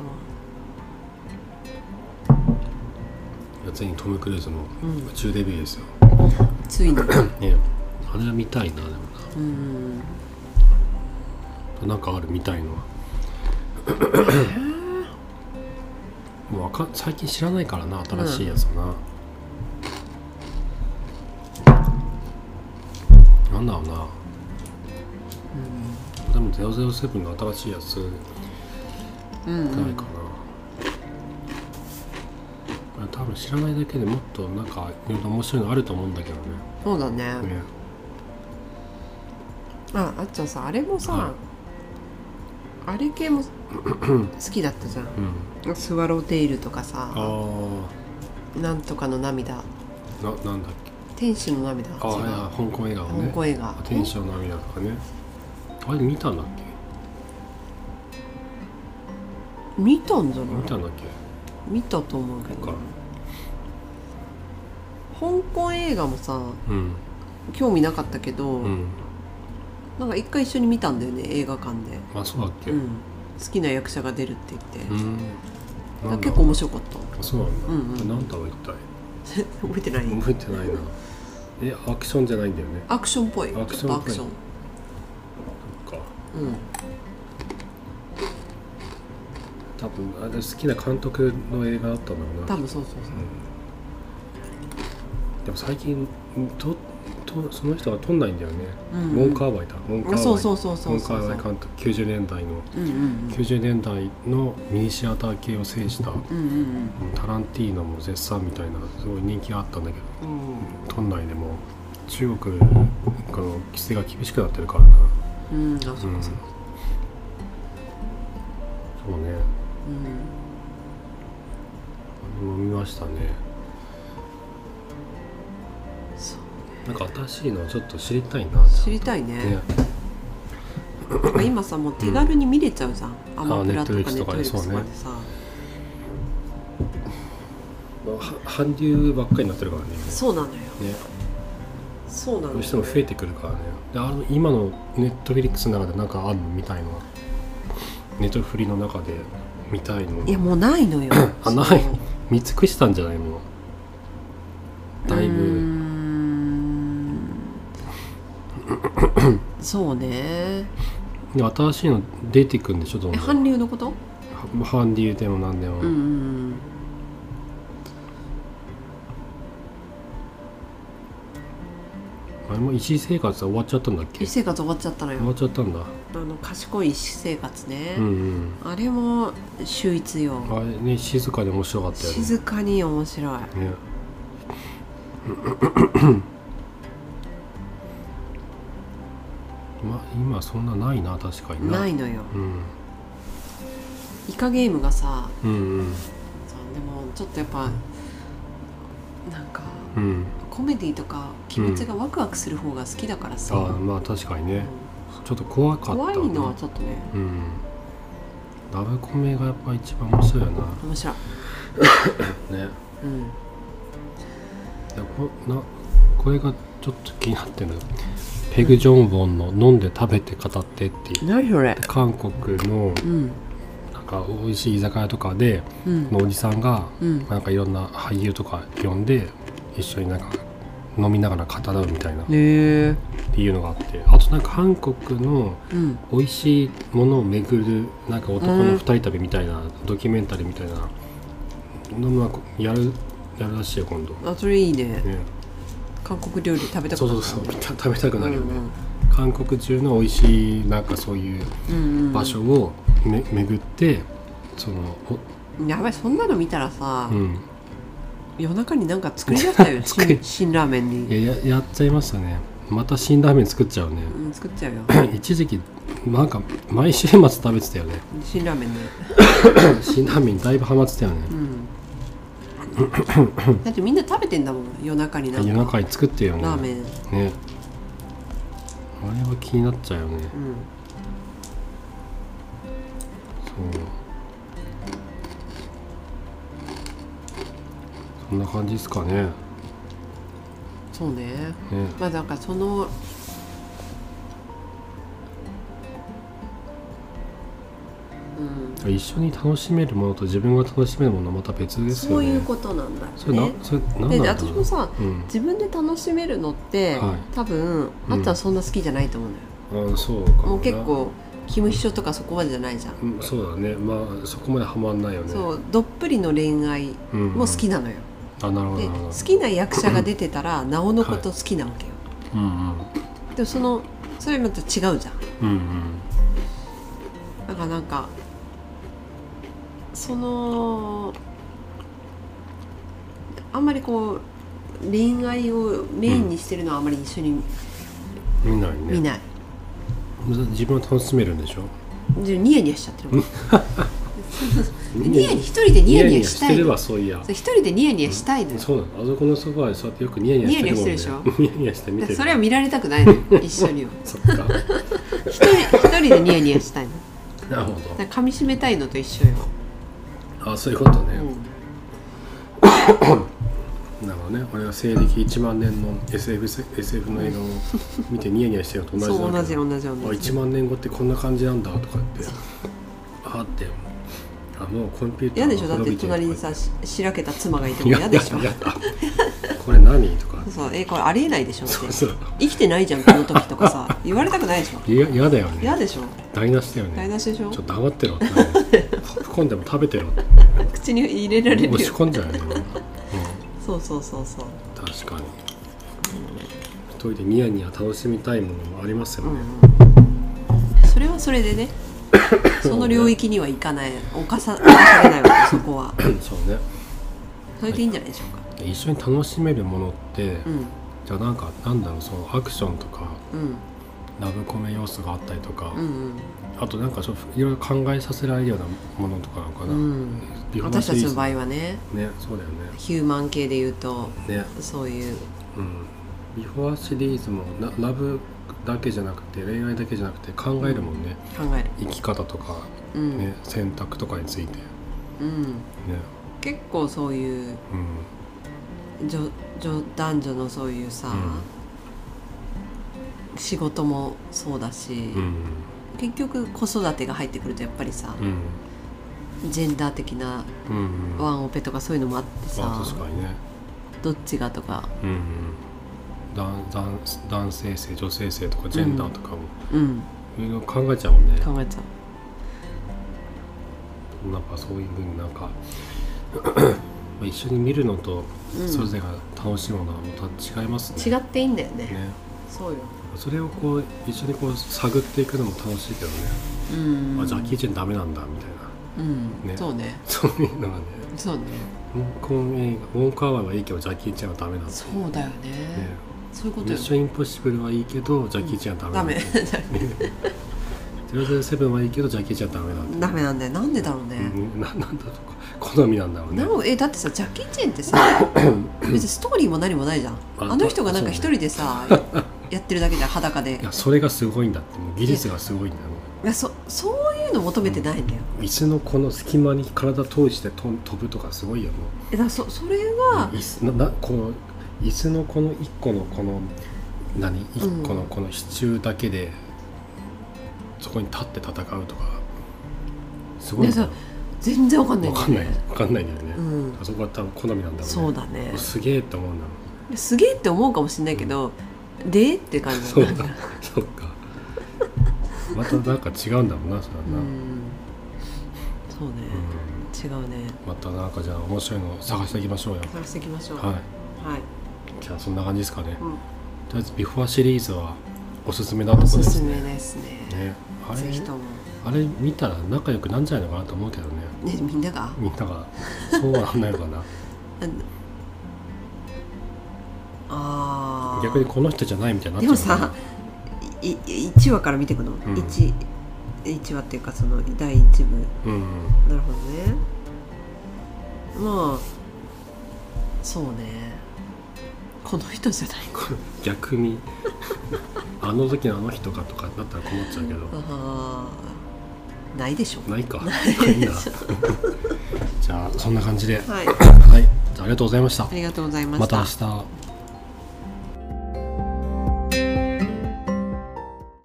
[SPEAKER 1] いやついにトム・クルーズの
[SPEAKER 2] ど、うん
[SPEAKER 1] 宇、宙デビューですよ、
[SPEAKER 2] ついに
[SPEAKER 1] ねあれは見たいなでも
[SPEAKER 2] うん
[SPEAKER 1] ななんかある見たいのはもうわか最近知らないからな新しいやつはな、なんだろうなでも007の新しいやつ
[SPEAKER 2] う
[SPEAKER 1] くらい
[SPEAKER 2] ん
[SPEAKER 1] かな、多分知らないだけでもっとなんかいろいろ面白いのあると思うんだけどね
[SPEAKER 2] そうだね
[SPEAKER 1] ね
[SPEAKER 2] ああっちゃんさあれもさ、
[SPEAKER 1] は
[SPEAKER 2] あれ系 も好きだったじゃ
[SPEAKER 1] うん
[SPEAKER 2] んスワローテイルとか
[SPEAKER 1] あ
[SPEAKER 2] さなんとかの涙
[SPEAKER 1] あななんだっけ
[SPEAKER 2] 天使の涙
[SPEAKER 1] あ
[SPEAKER 2] 違う
[SPEAKER 1] あ香港映画をね
[SPEAKER 2] 香港映画
[SPEAKER 1] テンションの涙とかねあれ見たんだっけ
[SPEAKER 2] 見たんじゃ
[SPEAKER 1] 見
[SPEAKER 2] ない
[SPEAKER 1] たんだっけ
[SPEAKER 2] 見たと思うけど
[SPEAKER 1] そっか
[SPEAKER 2] 香港映画もさ
[SPEAKER 1] うん
[SPEAKER 2] 興味なかったけど、
[SPEAKER 1] うん
[SPEAKER 2] なんか一回一緒に見たんだよね映画館で、
[SPEAKER 1] あそうだっけ
[SPEAKER 2] う
[SPEAKER 1] うん
[SPEAKER 2] ん、好きな役者が出るって言って、だ
[SPEAKER 1] な
[SPEAKER 2] から
[SPEAKER 1] んだ
[SPEAKER 2] 結構面白かった
[SPEAKER 1] あそうなんだ、
[SPEAKER 2] うんうん
[SPEAKER 1] これなんだろう一体
[SPEAKER 2] 覚えてない
[SPEAKER 1] 覚えてないなえアクションじゃないんだよね
[SPEAKER 2] アクションっぽい
[SPEAKER 1] アクションっぽい
[SPEAKER 2] ちょっと
[SPEAKER 1] そ
[SPEAKER 2] アクション
[SPEAKER 1] っか
[SPEAKER 2] うん
[SPEAKER 1] 多分あれ好きな監督の映画だったんだろうな
[SPEAKER 2] 多分そうそうそう
[SPEAKER 1] でも最近ととその人が撮んないんだよね、
[SPEAKER 2] うん
[SPEAKER 1] モンカーバイだモンカーバイ
[SPEAKER 2] そうそうそうそうそう
[SPEAKER 1] モンカーバイ監督90年代の
[SPEAKER 2] うんうん
[SPEAKER 1] 90年代のミニシアター系を制した
[SPEAKER 2] うんうん
[SPEAKER 1] タランティーノも絶賛みたいなすごい人気があったんだけど
[SPEAKER 2] うんうん
[SPEAKER 1] 都内でも中国この規制が厳しくなってるからな
[SPEAKER 2] うんうんあそうかそううんか
[SPEAKER 1] そうね
[SPEAKER 2] うん
[SPEAKER 1] あれも見ましたね
[SPEAKER 2] そう
[SPEAKER 1] なんか新しいのちょっと知りたいなね
[SPEAKER 2] 知りたいねなんか今さもう手軽に見れちゃうじゃん、アマプラとかネット
[SPEAKER 1] Netflix とか
[SPEAKER 2] フ
[SPEAKER 1] で
[SPEAKER 2] リックスとかでさ
[SPEAKER 1] は韓流ばっかりになってるからね
[SPEAKER 2] そうなのよ
[SPEAKER 1] ね
[SPEAKER 2] そうなの
[SPEAKER 1] ど
[SPEAKER 2] よ
[SPEAKER 1] うしても増えてくるからねであの今のネットフリックスの中でなんかあるのみたいなネットフリの中で見たいの
[SPEAKER 2] いやもうないのよ
[SPEAKER 1] あない見尽くしたんじゃないもうだいう
[SPEAKER 2] ー
[SPEAKER 1] ぶ
[SPEAKER 2] んそうね
[SPEAKER 1] で新しいの出てくんでちょっと
[SPEAKER 2] え韓流のこと
[SPEAKER 1] 韓流でもなんでも、
[SPEAKER 2] うんうんうん
[SPEAKER 1] あれも一時生活は終わっちゃったんだっけ
[SPEAKER 2] 私生活終わっちゃったの
[SPEAKER 1] 終わ
[SPEAKER 2] よ
[SPEAKER 1] っちゃったんだ
[SPEAKER 2] あの賢い私生活ね、
[SPEAKER 1] うんうん
[SPEAKER 2] あれも秀逸よ
[SPEAKER 1] あれね静かで面白かったよね
[SPEAKER 2] 静かに面白い
[SPEAKER 1] ねま今そんなないな確かにな
[SPEAKER 2] ないのよ
[SPEAKER 1] うん
[SPEAKER 2] イカゲームがさ
[SPEAKER 1] うん
[SPEAKER 2] そうでもちょっとやっぱなんか
[SPEAKER 1] うんうん
[SPEAKER 2] コメディとか気持ちがワクワクする方が好きだから
[SPEAKER 1] あ
[SPEAKER 2] さ、
[SPEAKER 1] ーまあ確かに
[SPEAKER 2] うん
[SPEAKER 1] ねちょっと怖かった
[SPEAKER 2] 怖
[SPEAKER 1] ない
[SPEAKER 2] のはちょっとね
[SPEAKER 1] うんラブコメがやっぱ一番面白いよ
[SPEAKER 2] 面白い、
[SPEAKER 1] なね
[SPEAKER 2] うん、
[SPEAKER 1] いやこなこれがちょっと気になってるのがペグ・ジョンボンの「飲んで食べて語って」っていう
[SPEAKER 2] 何それ
[SPEAKER 1] 韓国の
[SPEAKER 2] うん
[SPEAKER 1] なんか美味しい居酒屋とかで
[SPEAKER 2] うん
[SPEAKER 1] のおじさんが
[SPEAKER 2] うん
[SPEAKER 1] なんかいろんな俳優とか呼んで一緒になんか飲みながら語らうみたいなっ
[SPEAKER 2] へえ
[SPEAKER 1] ていうのがあってあとなんか韓国の
[SPEAKER 2] うん
[SPEAKER 1] 美味しいものを巡るなんか男の二人旅みたいなドキュメンタリーみたいなのもなんかやるやるらしいよ今度ね
[SPEAKER 2] あそれいいね韓国料理食べたくな
[SPEAKER 1] そうそうそうた食べたくなるよね、
[SPEAKER 2] うん
[SPEAKER 1] 韓国中の美味しいなんかそういう
[SPEAKER 2] うんうん
[SPEAKER 1] 場所をめ、巡ってその
[SPEAKER 2] やばいそんなの見たらさ、
[SPEAKER 1] おうん
[SPEAKER 2] 夜中になんか作り出したよ
[SPEAKER 1] 作り
[SPEAKER 2] 新新ラーメンに、
[SPEAKER 1] いやややっちゃいましたねまた辛ラーメン作っちゃうね、
[SPEAKER 2] うん、作っちゃうよ
[SPEAKER 1] 一時期なんか毎週末食べてたよね
[SPEAKER 2] 新ラーメンね
[SPEAKER 1] 辛ラーメンにだいぶハマってたよね
[SPEAKER 2] う、んだってみんな食べてんだもん夜中になんか
[SPEAKER 1] 夜中に作ってよね
[SPEAKER 2] ラーメン、うん、
[SPEAKER 1] ねあれは気になっちゃうよねそうそんな感じですかね
[SPEAKER 2] そうね
[SPEAKER 1] ね
[SPEAKER 2] まあなんかそのうん
[SPEAKER 1] 一緒に楽しめるものと自分が楽しめるものはまた別です
[SPEAKER 2] そ
[SPEAKER 1] よ
[SPEAKER 2] う
[SPEAKER 1] ね
[SPEAKER 2] いうことなんだ
[SPEAKER 1] そ
[SPEAKER 2] よ
[SPEAKER 1] れな
[SPEAKER 2] ね。
[SPEAKER 1] それなんなん
[SPEAKER 2] で
[SPEAKER 1] だろうな
[SPEAKER 2] 私もさ
[SPEAKER 1] うん
[SPEAKER 2] 自分で楽しめるのって、
[SPEAKER 1] はい
[SPEAKER 2] 多分
[SPEAKER 1] うん
[SPEAKER 2] あんたはそんな好きじゃないと思うのよ、
[SPEAKER 1] あそうかもな
[SPEAKER 2] もう結構キム秘書とかそこまでじゃないじゃん、
[SPEAKER 1] うんそうだねまあそこまではまんないよね
[SPEAKER 2] そうどっぷりの恋愛
[SPEAKER 1] うん、
[SPEAKER 2] も好きなのよ、
[SPEAKER 1] あなるほど
[SPEAKER 2] で
[SPEAKER 1] なるほど
[SPEAKER 2] 好きな役者が出てたらなおのこと好きなわけよ、
[SPEAKER 1] うんうん
[SPEAKER 2] でもそのそれまた違うじゃん
[SPEAKER 1] うんうん
[SPEAKER 2] だからなんかそのあんまりこう恋愛をメインにしてるのはあんまり一緒に
[SPEAKER 1] 見ないね
[SPEAKER 2] 見ない、
[SPEAKER 1] 自分は楽しめるんでしょ
[SPEAKER 2] でニヤニヤしちゃってるもんニヤニヤ一人で
[SPEAKER 1] ニ
[SPEAKER 2] ニ
[SPEAKER 1] ヤニ
[SPEAKER 2] ヤニ
[SPEAKER 1] ヤ
[SPEAKER 2] ヤ
[SPEAKER 1] し
[SPEAKER 2] した
[SPEAKER 1] て
[SPEAKER 2] い
[SPEAKER 1] れ
[SPEAKER 2] の
[SPEAKER 1] ばそういや
[SPEAKER 2] そう一人でニヤニヤしたいのよ
[SPEAKER 1] そうなのあそこのソファーで座ってよくニヤニヤしてるもんね
[SPEAKER 2] ニヤニヤしてる
[SPEAKER 1] ニヤニヤして見て
[SPEAKER 2] で
[SPEAKER 1] る
[SPEAKER 2] それは見られたくないのよ一緒には
[SPEAKER 1] そっか
[SPEAKER 2] 一人一人でニヤニヤしたいの
[SPEAKER 1] なるほ
[SPEAKER 2] だから噛み締めたいのと一緒よ、
[SPEAKER 1] どあそういうこと
[SPEAKER 2] う
[SPEAKER 1] ね、
[SPEAKER 2] ん
[SPEAKER 1] なるほどね俺は西暦1万年の SF, SF の映画を見てニヤニヤしてるのと同じ
[SPEAKER 2] そ
[SPEAKER 1] だ
[SPEAKER 2] う同
[SPEAKER 1] け
[SPEAKER 2] じ
[SPEAKER 1] ど
[SPEAKER 2] 同じ
[SPEAKER 1] あ
[SPEAKER 2] 同じ
[SPEAKER 1] 1万年後ってこんな感じなんだとかってあってあもうコンピューター
[SPEAKER 2] 嫌
[SPEAKER 1] が
[SPEAKER 2] でしょだっ
[SPEAKER 1] 滅
[SPEAKER 2] て
[SPEAKER 1] びる
[SPEAKER 2] 隣にさししらけた妻がいても
[SPEAKER 1] いや
[SPEAKER 2] 嫌でしょ
[SPEAKER 1] やだこれ何と か
[SPEAKER 2] そうえこれありえないでしょって
[SPEAKER 1] そうそう
[SPEAKER 2] 生きてないじゃんこの時とかさ言われたくないでしょ
[SPEAKER 1] いや嫌だよね
[SPEAKER 2] 嫌でしょ
[SPEAKER 1] 台無しだよね
[SPEAKER 2] 台無しでしょ
[SPEAKER 1] ちょっと黙ってろ ってポップコーンでも食べてろって
[SPEAKER 2] 口に入れられるよ
[SPEAKER 1] 押し込んじゃうよね、うん、
[SPEAKER 2] そうそうそうそう
[SPEAKER 1] 確かに一人でニヤニヤ楽しみたいものもありますよ
[SPEAKER 2] うん
[SPEAKER 1] ね、
[SPEAKER 2] うんそれはそれで ねその領域には行かない犯さ犯されないわけそこは
[SPEAKER 1] そうね
[SPEAKER 2] それでいいんじゃないでしょうか
[SPEAKER 1] 一緒に楽しめるものって、
[SPEAKER 2] うん
[SPEAKER 1] じゃあなんかなんだろうそのアクションとか
[SPEAKER 2] うん
[SPEAKER 1] ラブコメ要素があったりとか、
[SPEAKER 2] うん
[SPEAKER 1] あとなんかちょっといろいろ考えさせられるようなものとかなのか
[SPEAKER 2] う
[SPEAKER 1] な、
[SPEAKER 2] ん
[SPEAKER 1] ビフォー
[SPEAKER 2] 私たちの場
[SPEAKER 1] シ
[SPEAKER 2] 合はね
[SPEAKER 1] リーズねそうだよね
[SPEAKER 2] ヒューマン系で言うと
[SPEAKER 1] ね
[SPEAKER 2] そういう
[SPEAKER 1] うんビフォーシリーズもララブだけじゃなくて恋愛だけじゃなくて考えるもんね、
[SPEAKER 2] 考える
[SPEAKER 1] 生き方とか、
[SPEAKER 2] うん、
[SPEAKER 1] ね選択とかについてね
[SPEAKER 2] うん、結構そういう
[SPEAKER 1] うん
[SPEAKER 2] 女女男女のそういうさ、仕事もそうだし、
[SPEAKER 1] うん
[SPEAKER 2] 結局子育てが入ってくるとやっぱりさ、
[SPEAKER 1] うん
[SPEAKER 2] ジェンダー的な
[SPEAKER 1] うん
[SPEAKER 2] ワンオペとかそういうのもあって
[SPEAKER 1] ま
[SPEAKER 2] さ
[SPEAKER 1] あ、確かにね、
[SPEAKER 2] どっちがとか、
[SPEAKER 1] うんうん、男男男性性女性性とかジェンダーとかも
[SPEAKER 2] うん、
[SPEAKER 1] いろいろ考えちゃうもんね、
[SPEAKER 2] 考えちゃう。
[SPEAKER 1] なんかそういうふうになんか一緒に見るのと
[SPEAKER 2] うん
[SPEAKER 1] それぞれが楽しむのはまた違いますね
[SPEAKER 2] 違、っていいんだよね。
[SPEAKER 1] ね
[SPEAKER 2] そうよ。
[SPEAKER 1] それをこう一緒にこう探っていくのも楽しいけどね、
[SPEAKER 2] うん。
[SPEAKER 1] あジャッキー・チェンダメなんだみたいな
[SPEAKER 2] うん、
[SPEAKER 1] ね
[SPEAKER 2] そうね。
[SPEAKER 1] そういうのがね
[SPEAKER 2] そうね。
[SPEAKER 1] 香港映画ウォンカーワイはいいけどジャッキー・チェンはダメなんだ
[SPEAKER 2] そうだよね。
[SPEAKER 1] ね
[SPEAKER 2] そういうこ
[SPEAKER 1] ミ
[SPEAKER 2] と
[SPEAKER 1] ッ
[SPEAKER 2] よ
[SPEAKER 1] シ。ョンインポッシブルはいいけどジャッキー・チェンはダ
[SPEAKER 2] ダ
[SPEAKER 1] メ
[SPEAKER 2] メ
[SPEAKER 1] なんだ。007はいいけどジャッキー・チェンはダメなんだ
[SPEAKER 2] ダメなんだよ。なんでだろうね。
[SPEAKER 1] うんななんだろう好みなんだろうね
[SPEAKER 2] なおえだってさジャッキー・チェンっ てさ別にストーリーも何もないじゃん
[SPEAKER 1] あ
[SPEAKER 2] あの人がなんか
[SPEAKER 1] そ
[SPEAKER 2] 一
[SPEAKER 1] うね
[SPEAKER 2] 人でさ やってるだけじゃん裸で
[SPEAKER 1] いやそれがすごいんだってもう技術がすごいんだよ
[SPEAKER 2] いやそそういうの求めてないんだよ
[SPEAKER 1] 椅子のこの隙間に体通してと飛ぶとかすごいよも
[SPEAKER 2] えだからそそれ
[SPEAKER 1] う
[SPEAKER 2] が
[SPEAKER 1] 椅子ななこの椅子のこの一個のこの何一個のこの支柱だけでそこに立って戦うとかすごいんだよ
[SPEAKER 2] いや全然わかんない
[SPEAKER 1] わ
[SPEAKER 2] んだ
[SPEAKER 1] か
[SPEAKER 2] よ
[SPEAKER 1] んない
[SPEAKER 2] ね
[SPEAKER 1] わかんないんだよね、
[SPEAKER 2] うん
[SPEAKER 1] あそこは多分好みなんだろうね
[SPEAKER 2] そうだね
[SPEAKER 1] すげえって思うんだろ
[SPEAKER 2] すげえって思うかもしれないけど、でって
[SPEAKER 1] う
[SPEAKER 2] 感じ
[SPEAKER 1] そうだ
[SPEAKER 2] なんだよ
[SPEAKER 1] そっかまたなんか違うんだろうなそれは
[SPEAKER 2] う
[SPEAKER 1] な、うん
[SPEAKER 2] んそうね、違うね
[SPEAKER 1] またなんかじゃあ面白いの探していきましょうよ
[SPEAKER 2] 探していきましょう
[SPEAKER 1] はい
[SPEAKER 2] はい、
[SPEAKER 1] じゃあそんな感じですかね、
[SPEAKER 2] うん
[SPEAKER 1] とりあえずビフォーシリーズはおすすめだと
[SPEAKER 2] お
[SPEAKER 1] こと
[SPEAKER 2] す
[SPEAKER 1] ですす
[SPEAKER 2] め
[SPEAKER 1] ね
[SPEAKER 2] ですね
[SPEAKER 1] ねあれ
[SPEAKER 2] ぜひとも、
[SPEAKER 1] あれ見たら仲良くなんじゃないのかなと思うけどね
[SPEAKER 2] ね、みんなが
[SPEAKER 1] みんながそうはなんないのかな
[SPEAKER 2] あの あー
[SPEAKER 1] 逆にこの人じゃないみたいになっ
[SPEAKER 2] で
[SPEAKER 1] ちゃう
[SPEAKER 2] も
[SPEAKER 1] のか
[SPEAKER 2] さいい1話から見ていくの、
[SPEAKER 1] ん
[SPEAKER 2] 一一話っていうかその第1部
[SPEAKER 1] なうん
[SPEAKER 2] なるほどねまあそうねこの人じゃない か
[SPEAKER 1] 逆にあの時のあの人かとかだったら困っちゃうけど
[SPEAKER 2] あーないでしょ
[SPEAKER 1] ない か
[SPEAKER 2] ない
[SPEAKER 1] いいな じゃあそんな感じで
[SPEAKER 2] は い
[SPEAKER 1] はいじゃあありがとうございました
[SPEAKER 2] ありがとうございま
[SPEAKER 1] ま
[SPEAKER 2] した
[SPEAKER 1] 明日